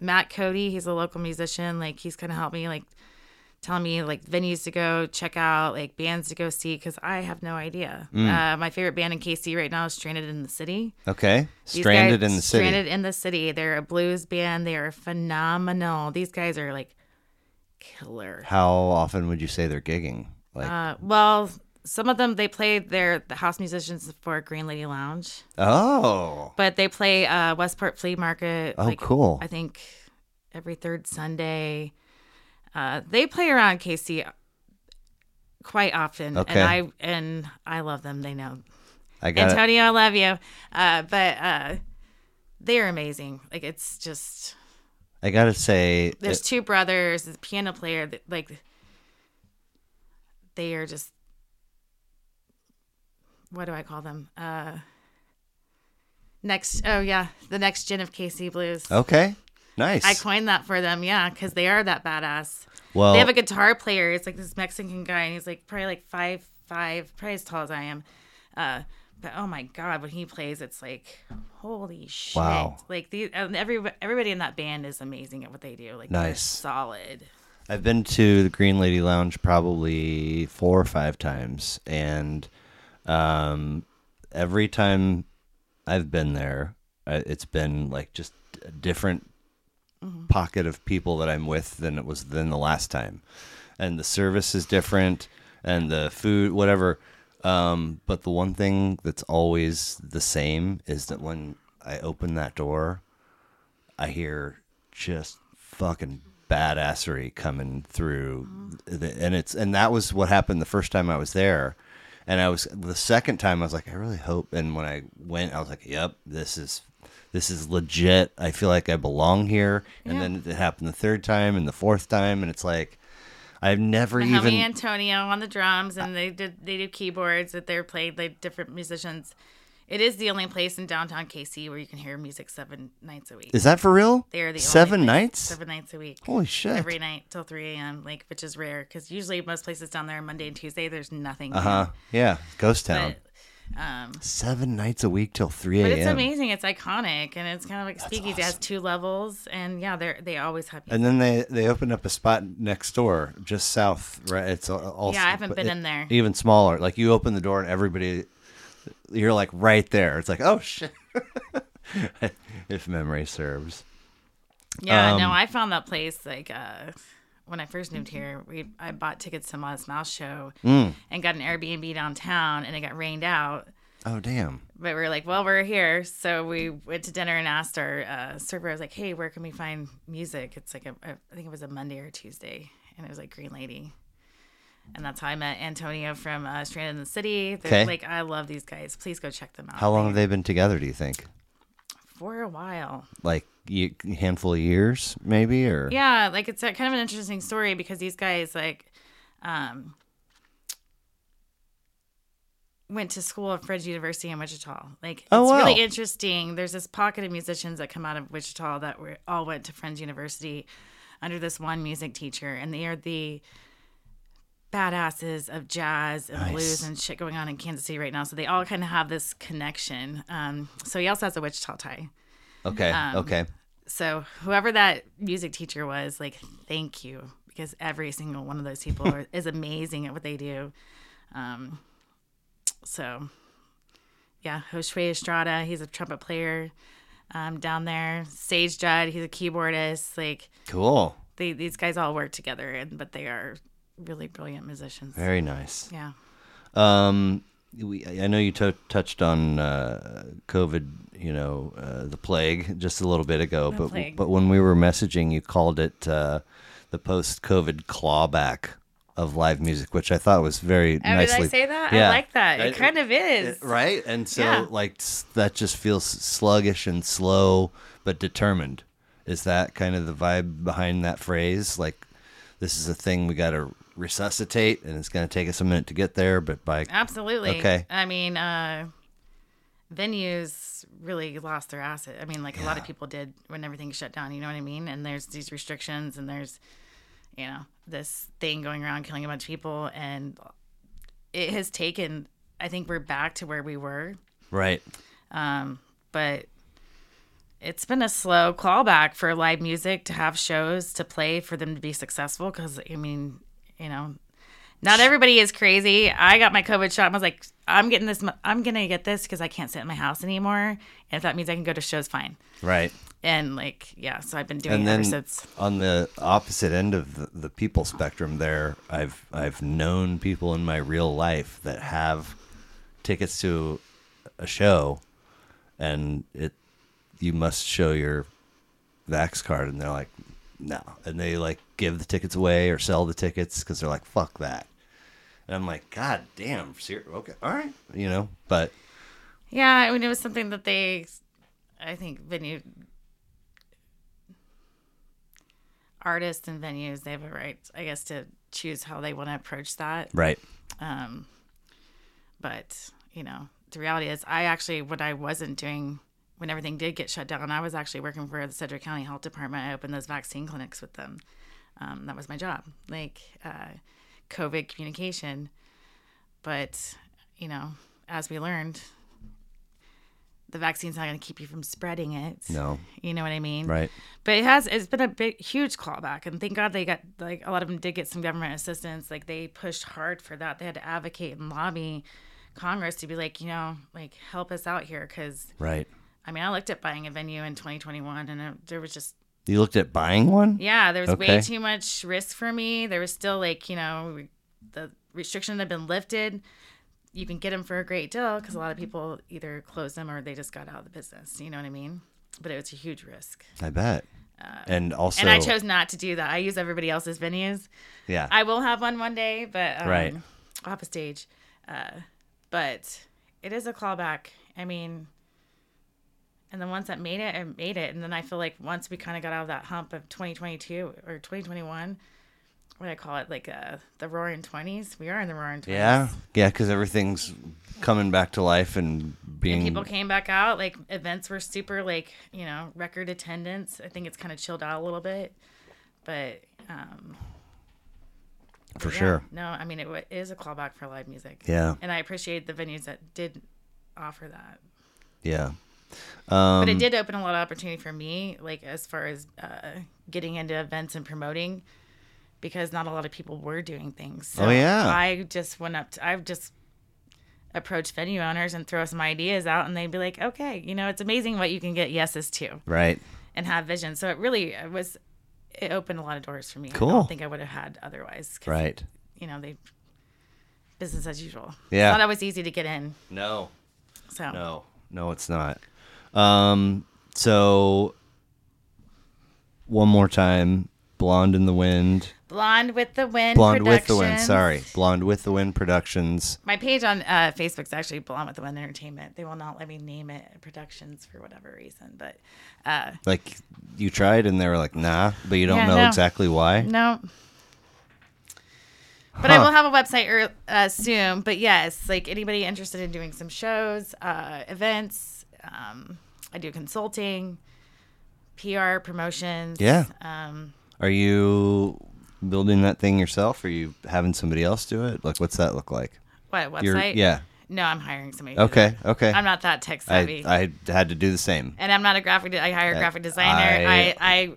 B: Matt Cody. He's a local musician. Like he's kind of helped me, like telling me like venues to go check out, like bands to go see, because I have no idea.
A: Mm.
B: Uh, my favorite band in KC right now is Stranded in the City.
A: Okay.
B: These
A: Stranded
B: guys-
A: in the city.
B: Stranded in the City. They're a blues band. They are phenomenal. These guys are like killer.
A: How often would you say they're gigging? Like,
B: Uh, well, some of them they play their the house musicians for Green Lady Lounge,
A: oh,
B: Uh, but they play uh, Westport Flea Market.
A: oh,
B: like,
A: cool.
B: I think every third Sunday. Uh, they play around KC quite often,
A: Okay.
B: and I and I love them. They know
A: I got it.
B: Antonio, I love you, uh, but uh, they are amazing. Like it's just
A: I gotta say,
B: there's
A: it-
B: two brothers, the piano player. That, like they are just what do I call them? Uh, next, oh yeah, the next gen of KC Blues.
A: okay, nice.
B: I coined that for them, yeah, because they are that badass.
A: well,
B: They have a guitar player. It's like this Mexican guy, and he's like probably like five five, probably as tall as I am. Uh, but oh my god, when he plays, it's like holy shit!
A: Wow.
B: Like these, and every everybody in that band is amazing at what they do. Like
A: Nice.
B: nice, solid.
A: I've been to the Green Lady Lounge probably four or five times, and um, every time I've been there, I- it's been like just a different pocket of people that I'm with than it was than the last time, and the service is different, and the food, whatever. Um, but the one thing that's always the same is that when I open that door, I hear just fucking badassery coming through the, and it's and that was what happened the first time I was there and I was the second time I was like I really hope and when I went I was like yep this is this is legit I feel like I belong here and then it happened the third time and the fourth time and it's like I've never
B: Even,
A: even
B: Antonio on the drums, and they did they do keyboards that they're played by different musicians. It is the only place in downtown KC where you can hear music seven nights a week.
A: is that for real
B: They are the only
A: seven
B: place-
A: nights
B: seven nights a week.
A: holy shit
B: every night till 3 a.m. Like, which is rare because usually most places down there Monday and Tuesday there's nothing.
A: uh huh yeah ghost town
B: But, um,
A: seven nights a week till three
B: but it's
A: a.m.
B: amazing. It's iconic and it's kind of like speakeasy. It has two levels, and yeah, they they always have.
A: And then they they opened up a spot next door, just south. Right, it's all- all.
B: yeah, I haven't
A: but
B: been
A: it-
B: in there.
A: Even smaller, like you open the door and everybody, you're like right there. It's like oh shit, if memory serves.
B: Yeah, no, I found that place like uh, when I first moved here. We I bought tickets to Modest Mouse show and got an Airbnb downtown, and it got rained out.
A: Oh damn,
B: But we were like, well, we're here. So we went to dinner and asked our uh, server, I was like, hey, where can we find music? It's like, a, a, I think it was a Monday or Tuesday. And it was like Green Lady. And that's how I met Antonio from uh, Stranded in the City. They're
A: Okay.
B: like, I love these guys. Please go check them out.
A: how long have they been together? Do you think?
B: for a while.
A: like ye- handful of years, maybe, or
B: Yeah, like it's a, kind of an interesting story because these guys like um went to school at Fred University in Wichita. Like it's
A: Oh, wow.
B: really interesting. There's this pocket of musicians that come out of Wichita that were all went to Friends University under this one music teacher and they are the badasses of jazz and
A: Nice.
B: blues and shit going on in Kansas City right now. So they all kind of have this connection. Um so he also has a Wichita tie
A: okay,
B: Um,
A: okay,
B: so whoever that music teacher was like thank you because every single one of those people are, is amazing at what they do um, so yeah josue estrada he's a trumpet player um, down there sage judd he's a keyboardist like
A: cool,
B: they, these guys all work together and but they are really brilliant musicians
A: very nice.
B: yeah
A: Um, we, I know you to touched on uh, COVID, you know, uh, the plague just a little bit ago, but
B: plague.
A: but when we were messaging, you called it uh, the post-COVID clawback of live music, which I thought was very
B: Oh,
A: nicely.
B: did i say that
A: Yeah.
B: i like that it
A: I-
B: kind of is
A: It- right and so
B: Yeah.
A: like s- that just feels sluggish and slow but determined is that kind of the vibe behind that phrase like this is a thing we got to resuscitate and it's going to take us a minute to get there but by
B: Uh, Absolutely.
A: Okay.
B: I mean, uh, venues really lost their asset. I mean, like a lot of people did when everything shut down. You know what I mean? And there's these restrictions, and there's, you know, this thing going around killing a bunch of people, and it has taken. I think we're back to where we were,
A: right
B: but it's been a slow callback for live music to have shows to play for them to be successful. Because I mean, you know, not everybody is crazy. I got my COVID shot. And I was like, I'm getting this. mo- I'm gonna get this because I can't sit in my house anymore. And if that means I can go to shows, fine.
A: right
B: And like, yeah. So I've been doing
A: and
B: it
A: then
B: ever since.
A: on the opposite end of the, the people spectrum there i've i've known people in my real life that have tickets to a show and it you must show your vax card and they're like no and they like give the tickets away or sell the tickets because they're like fuck that and i'm like god damn ser- okay all right you know but
B: Yeah, I mean, it was something that they, I think, venue artists and venues they have a right, I guess, to choose how they want to approach that.
A: right
B: Um, but you know, the reality is, I actually what I wasn't doing when everything did get shut down, I was actually working for the Cedric County Health Department. I opened those vaccine clinics with them. Um, that was my job, like uh, COVID communication. But you know, as we learned, the vaccine's not going to keep you from spreading it.
A: no
B: You know what I mean?
A: right
B: But it has it's been a big huge clawback and thank God they got like a lot of them did get some government assistance. Like they pushed hard for that. They had to advocate and lobby Congress to be like, you know, like help us out here cuz
A: right
B: I mean, I looked at buying a venue in 2021 and it, there was just
A: you looked at buying one
B: yeah, there was
A: Okay.
B: way too much risk for me. There was still like, you know, re- the restriction had been lifted. You can get them for a great deal cuz a lot of people either closed them or they just got out of the business. You know what I mean? But it was a huge risk.
A: i bet and also
B: Uh, and I chose not to do that. I use everybody else's venues.
A: yeah
B: I will have one one day, but um,
A: Right.
B: I'll have a stage. Uh, but it is a clawback. I mean, and the ones that made it, it made it. And then I feel like once we kind of got out of that hump of 2022 or 2021, what do I call it? Like uh, the roaring 20s. We are in the roaring 20s.
A: Yeah, yeah, because everything's coming back to life and being.
B: And people came back out. Like events were super, like you know, record attendance. I think it's kind of chilled out a little bit, but um,
A: for
B: Yeah.
A: sure.
B: No, I mean it, wa- it is a callback for live music.
A: Yeah,
B: And I appreciate the venues that did offer that.
A: yeah,
B: But
A: Um,
B: it did open a lot of opportunity for me, like as far as uh, getting into events and promoting, because not a lot of people were doing things. So
A: Oh, yeah.
B: I just went up. To, I've just approached venue owners and throw some ideas out, and they'd be like, "Okay, you know, it's amazing what you can get yeses to
A: right.
B: and have vision." So it really it was. It opened a lot of doors for me. I
A: Cool.
B: don't think I would have had otherwise. 'cause
A: Right.
B: you know, they business as usual.
A: Yeah.
B: It's not always easy to get in.
A: No,
B: So
A: no, no, it's not. Um, so one more time, Blonde in the Wind.
B: Blonde with the Wind.
A: Blonde with the Wind.
B: Productions.
A: Sorry, Blonde with the Wind Productions.
B: My page on uh, Facebook's actually Blonde with the Wind Entertainment. They will not let me name it Productions for whatever reason, but uh,
A: Like you tried, and they were like, "Nah," but you don't
B: Yeah,
A: know
B: no.
A: exactly why.
B: no. But I will have a website er, uh, soon. But yes, like anybody interested in doing some shows, uh, events, um, I do consulting, PR, promotions.
A: Yeah.
B: Um,
A: Are you building that thing yourself? Or are you having somebody else do it? Like, what's that look like?
B: what website?
A: You're- yeah.
B: No, I'm hiring somebody. to do
A: Okay.
B: that.
A: Okay.
B: I'm not that tech
A: I,
B: savvy. Uh,
A: I had to do the same.
B: and I'm not a graphic. de- I hire a graphic designer.
A: I-
B: I, I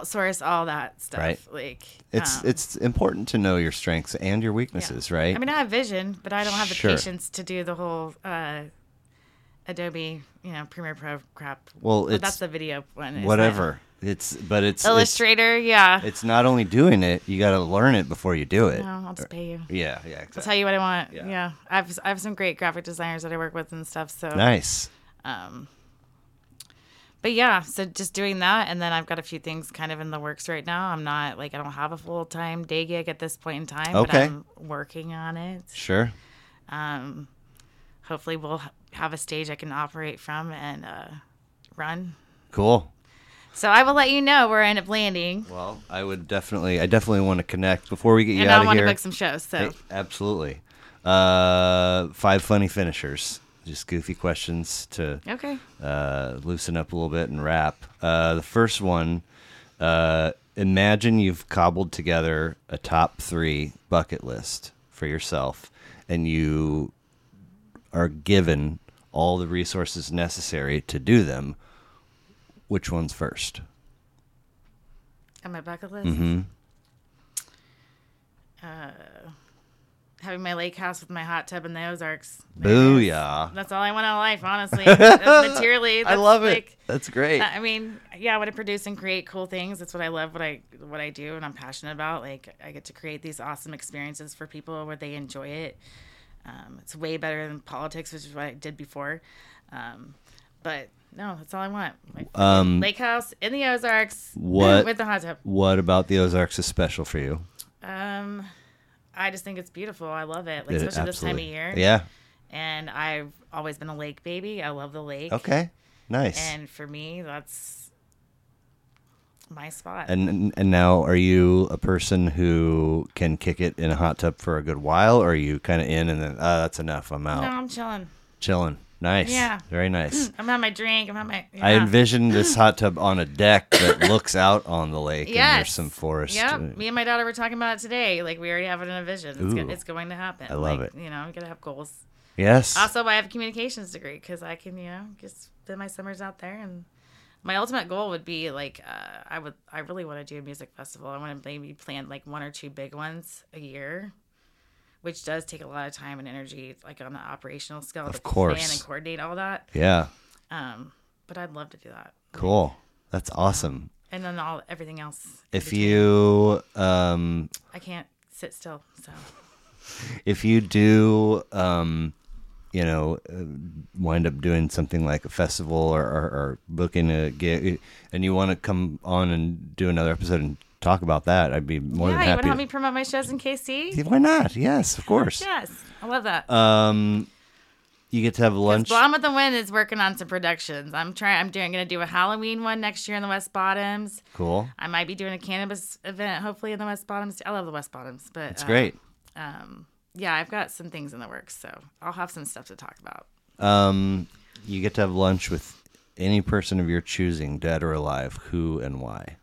B: outsource all that stuff.
A: Right.
B: Like
A: It's
B: um,
A: it's important to know your strengths and your weaknesses, right?
B: I mean, I have vision, but I don't have the
A: Sure.
B: patience to do the whole uh, Adobe, you know, Premiere Pro crap.
A: Well,
B: But
A: it's-
B: that's the video one. isn't it?
A: Whatever. It's but it's it's-
B: Illustrator, yeah.
A: It's, not only doing it; you got to learn it before you do it.
B: No, I'll just pay you.
A: Yeah. Yeah.
B: I'll
A: Exactly.
B: tell you what I want.
A: er, Yeah.
B: Yeah. I have I have some great graphic designers that I work with and stuff. So,
A: Nice.
B: um, but yeah, so just doing that, and then I've got a few things kind of in the works right now. I'm not like I don't have a full time day gig at this point in time. But
A: Okay.
B: I'm working on it.
A: Sure.
B: um, hopefully we'll h- have a stage I can operate from and uh, run.
A: Cool.
B: So I will let you know where I end up landing,
A: Well, I would definitely, I definitely want to connect before we get you
B: and
A: out
B: I
A: of
B: want
A: here.
B: to book some shows. So
A: Hey, absolutely. Uh, five funny finishers. Just goofy questions to
B: okay,
A: uh, loosen up a little bit and wrap. Uh, the first one uh, imagine you've cobbled together a top three bucket list for yourself, and you are given all the resources necessary to do them. Which one's first?
B: on my bucket list,
A: Mm-hmm.
B: uh, having my lake house with my hot tub in the Ozarks. There it is.
A: Booyah.
B: That's all I want out of life, honestly. Materially,
A: I
B: that's
A: love it.
B: like- uh,
A: That's great.
B: I mean, yeah, I want to produce and create cool things. That's what I love. What I what I do, and I'm passionate about. Like I get to create these awesome experiences for people where they enjoy it. Um, it's way better than politics, which is what I did before. Um, but no, that's all I want. Like,
A: Um,
B: Lake house in the Ozarks.
A: What-
B: with the hot tub?
A: What about the Ozarks is special for you?
B: Um, I just think it's beautiful. I love it, like,
A: It-
B: especially this time of
A: absolutely.
B: year.
A: Yeah.
B: And I've always been a lake baby. I love the lake.
A: Okay. Nice. And
B: And for me, that's my spot.
A: and, and now, are you a person who can kick it in a hot tub for a good while, or are you kind of in and then, oh, that's enough, I'm out,
B: No, I'm chilling.
A: chilling? Nice.
B: Yeah.
A: Very nice.
B: I'm on my drink. I'm on my.
A: I
B: yeah.
A: envision this hot tub on a deck that looks out on the lake, and there's
B: Yes.
A: some forest.
B: Yeah,
A: uh,
B: me and my daughter were talking about it today. Like we already have it in a vision. It's,
A: Ooh.
B: go- it's going to happen.
A: I love
B: like,
A: it.
B: You know, we gotta have goals.
A: Yes.
B: Also, I have a communications degree because I can, you know, just spend my summers out there. And my ultimate goal would be like, uh, I would, I really want to do a music festival. I want to maybe plan like one or two big ones a year, which does take a lot of time and energy, like on the operational scale, to plan
A: course.
B: and coordinate all that.
A: Yeah.
B: Um, but I'd love to do that,
A: Cool. That's awesome.
B: and then all everything else. in
A: If
B: between.
A: you um,
B: I can't sit still. So
A: if you do um you know uh, wind up doing something like a festival or, or, or booking a gig and you want to come on and do another episode and talk about that i'd be more
B: yeah, you
A: than
B: want
A: happy
B: to help
A: to-
B: me promote my shows in KC?
A: Yeah, why not yes of course
B: Yes, I love that.
A: um you get to have lunch
B: Blonde with the Wind is working on some productions. I'm trying. I'm doing. Going to do a Halloween one next year in the West Bottoms.
A: cool
B: I might be doing a cannabis event, hopefully in the West Bottoms. I love the West Bottoms, but
A: it's great
B: Um, yeah, I've got some things in the works, so I'll have some stuff to talk about.
A: um you get to have lunch with any person of your choosing dead or alive who and why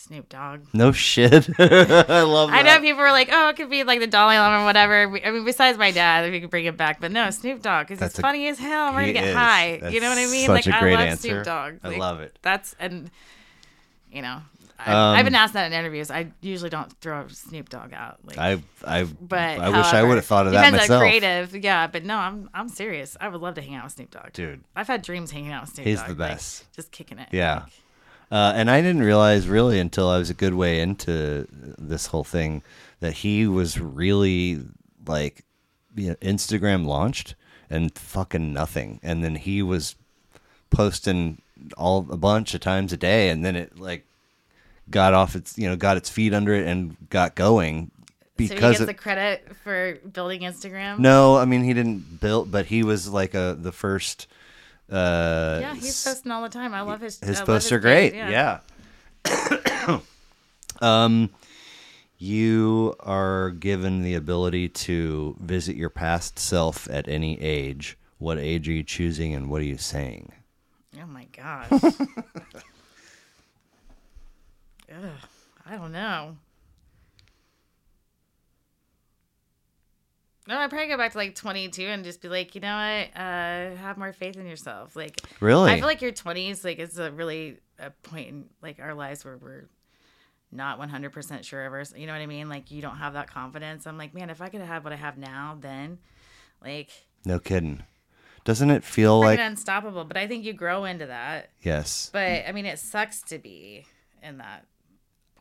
B: Snoop Dogg.
A: no shit i love
B: I
A: that
B: know people were like, "Oh, it could be like the Dalai Lama or whatever." We- I mean, besides my dad, we could bring it back, but no, Snoop Dogg because
A: That's
B: it's
A: a-
B: funny as hell. We're
A: He
B: gonna get
A: is.
B: high. you
A: That's
B: know what I mean?
A: such
B: like
A: a great
B: I love
A: answer.
B: Snoop Dogg.
A: I
B: Like,
A: love it.
B: That's and you know, I,
A: Um,
B: I've been asked that in interviews. I usually don't throw Snoop Dogg out. Like,
A: I I
B: but
A: I wish I
B: however-
A: would have thought of that
B: depends
A: myself.
B: On creative, yeah. But no, I'm I'm serious. I would love to hang out with Snoop Dogg,
A: Dude.
B: I've had dreams hanging out with Snoop
A: He's
B: Dogg.
A: the
B: like,
A: best.
B: just kicking it.
A: Yeah.
B: like,
A: Uh, and I didn't realize really until I was a good way into this whole thing that he was really like you know, Instagram launched and fucking nothing. And then he was posting all a bunch of times a day and then it like got off its you know got its feet under it and got going
B: so he
A: because
B: gets
A: of-
B: the credit for building Instagram.
A: no, I mean he didn't build, but he was like a the first. Uh,
B: yeah, he's posting all the time. I love his. I
A: his
B: love
A: posts are
B: page,
A: great. Yeah. um, you are given the ability to visit your past self at any age. What age are you choosing, and what are you saying?
B: Oh my gosh. Ugh, I don't know. No, I'd probably go back to like 22 and just be like, you know what? Uh, have more faith in yourself. Like,
A: Really?
B: I feel like your 20s, like, it's a really a point in like our lives where we're not 100% sure of ours. You know what I mean? Like, you don't have that confidence. I'm like, man, if I could have what I have now, then, like,
A: no kidding. Doesn't it feel
B: like
A: like
B: unstoppable. But I think you grow into that.
A: yes?
B: But I mean, it sucks to be in that.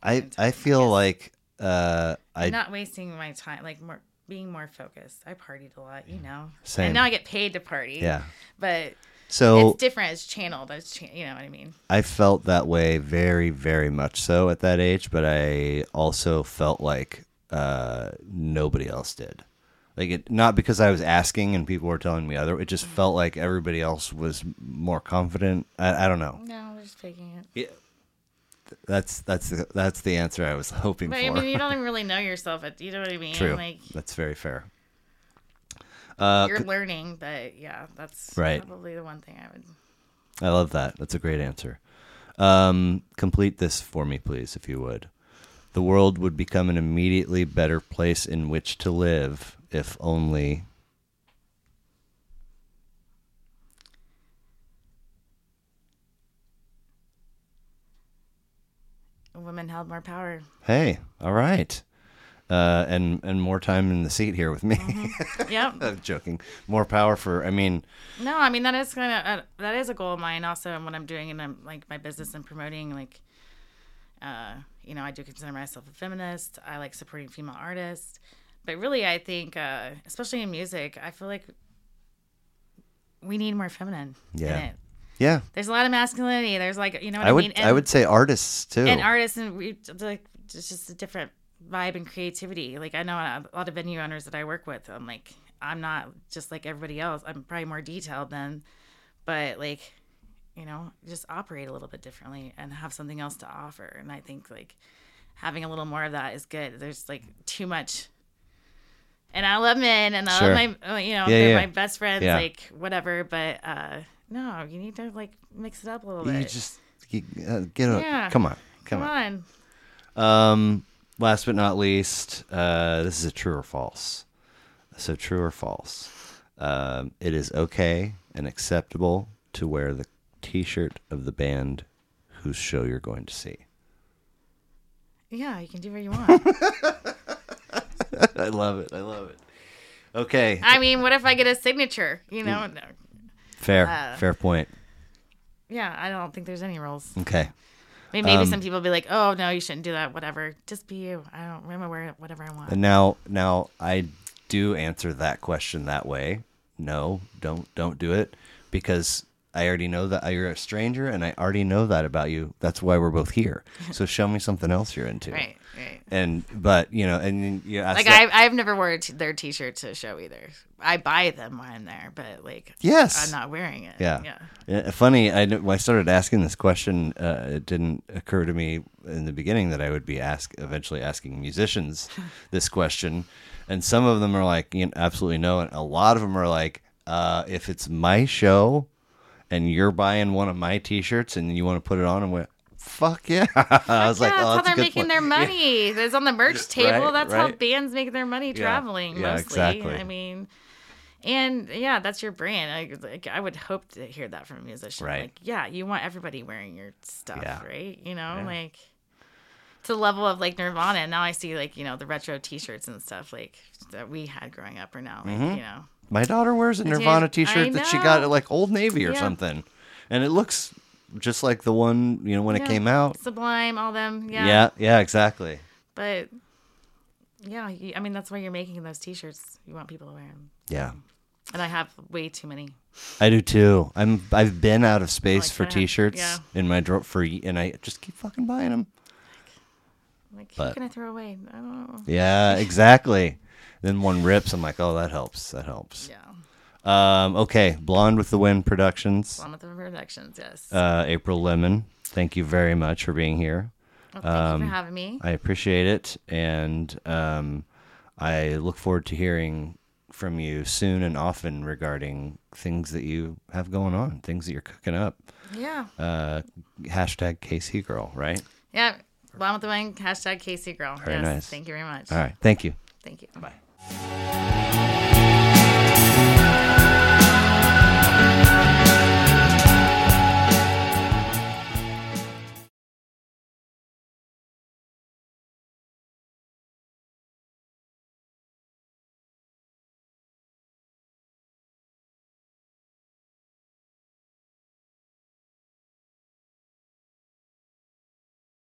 A: I I feel like uh
B: I'm
A: I
B: not wasting my time, like more being more focused. I partied a lot, you know.
A: Same.
B: And now I get paid to party.
A: yeah.
B: But
A: So
B: it's different. It's channeled. It's cha- you know what I mean.
A: I felt that way very, very much so at that age, but I also felt like uh, nobody else did. Like it, not because I was asking and people were telling me other. It just
B: Mm-hmm.
A: felt like everybody else was more confident. I, I don't know.
B: No, we're just faking it.
A: That's that's the, that's the answer I was hoping
B: But
A: for.
B: I mean, you don't even really know yourself. At, you know what I mean?
A: True.
B: Like
A: that's very fair. Uh,
B: you're learning, but yeah, that's
A: Right.
B: probably the one thing I would.
A: I love that. That's a great answer. Um, complete this for me, please, if you would. The world would become an immediately better place in which to live if only.
B: Women held more power.
A: Hey, all right. Uh, and and more time in the seat here with me.
B: Yep.
A: I'm joking. More power for. I mean,
B: No, I mean that is kind of uh, that is a goal of mine also, and what I'm doing and I'm like my business and promoting like, uh, you know, I do consider myself a feminist. I like supporting female artists, but really, I think, uh, especially in music, I feel like we need more feminine.
A: Yeah.
B: in it.
A: yeah.
B: there's a lot of masculinity. There's like you know what
A: I,
B: I,
A: would
B: mean.
A: I would say artists too.
B: and artists and we like it's just a different vibe and creativity. Like I know a lot of venue owners that I work with. I'm like I'm not just like everybody else. I'm probably more detailed than, but like, you know, just operate a little bit differently and have something else to offer. And I think like having a little more of that is good. There's like too much. And I love men, and I
A: Sure.
B: love my, uh, you know,
A: Yeah,
B: they're
A: yeah.
B: my best friends,
A: Yeah.
B: like whatever. But uh no, you need to like mix it up a little
A: you
B: bit.
A: just you, uh, get a,
B: Yeah.
A: Come on, come,
B: Come
A: on.
B: on.
A: Um, last but not least, uh, this is a true or false. So, true or false? Um, it is okay and acceptable to wear the t shirt of the band whose show you're going to see.
B: Yeah, you can do what you want.
A: I love it. I love it. Okay.
B: I mean, what if I get a signature? You
A: Mm.
B: know, No.
A: fair.
B: uh,
A: fair point.
B: yeah, I don't think there's any rules.
A: Okay.
B: I mean, maybe
A: Um,
B: some people be like, "Oh no, you shouldn't do that." Whatever, just be you. I don't remember wear whatever I want.
A: And now, now I do answer that question that way. No, don't don't do it because I already know that you're a stranger, and I already know that about you. That's why we're both here. So show me something else you're into.
B: Right, right.
A: And but you know, and then you ask
B: Like
A: that-
B: I've, I've never worn a t- their T-shirt to a show either. I buy them when I'm there, but like,
A: yes,
B: I'm not wearing it.
A: Yeah.
B: yeah.
A: Uh, Funny, I kn- when I started asking this question, uh, it didn't occur to me in the beginning that I would be ask eventually asking musicians this question, and some of them are like, you know, absolutely no, and a lot of them are like, uh, if it's my show, and you're buying one of my T-shirts and you want to put it on, and went, fuck yeah, I was
B: yeah,
A: like,
B: that's
A: oh,
B: how
A: that's a
B: they're
A: good
B: making
A: point.
B: their money. It's on the merch table.
A: Right,
B: that's how
A: right.
B: bands make their money traveling
A: Yeah,
B: mostly.
A: exactly.
B: I mean, and yeah, that's your brand. I, like, I would hope to hear that from a musician.
A: Right.
B: Like, yeah, you want everybody wearing your stuff,
A: Yeah.
B: right? You know, like to the level of like Nirvana. And now I see like, you know, the retro t shirts and stuff like that we had growing up or now, like,
A: Mm-hmm.
B: you know.
A: My daughter wears a Nirvana T-shirt that she got
B: know.
A: at like Old Navy or
B: Yeah.
A: something, and it looks just like the one you know when
B: Yeah.
A: it came out.
B: Sublime, all them. Yeah.
A: yeah, yeah exactly.
B: But yeah, you, I mean, that's why you're making those t shirts. You want people to wear them.
A: Yeah,
B: And I have way too many.
A: I do too. I'm I've been out of space
B: Like,
A: for
B: kinda-
A: t-shirts
B: yeah.
A: in my drawer for ye- and I just keep fucking buying them.
B: like,
A: But-
B: what can I throw away? I don't know.
A: Yeah, exactly. then one rips. I'm like, oh, that helps. That helps.
B: Yeah.
A: Um, okay, Blonde with the Wind Productions.
B: Along with the Productions, yes.
A: Uh, April Lemon, thank you very much for being here. Um,
B: Well, thank you for having me.
A: I appreciate it, and um, I look forward to hearing from you soon and often regarding things that you have going on, things that you're cooking up.
B: yeah.
A: Uh, hashtag KC Girl, right?
B: Yeah. Along with the Wing, hashtag Casey Girl.
A: Very
B: yes.
A: nice.
B: Thank you very much.
A: All right, thank you.
B: Thank you.
A: Bye.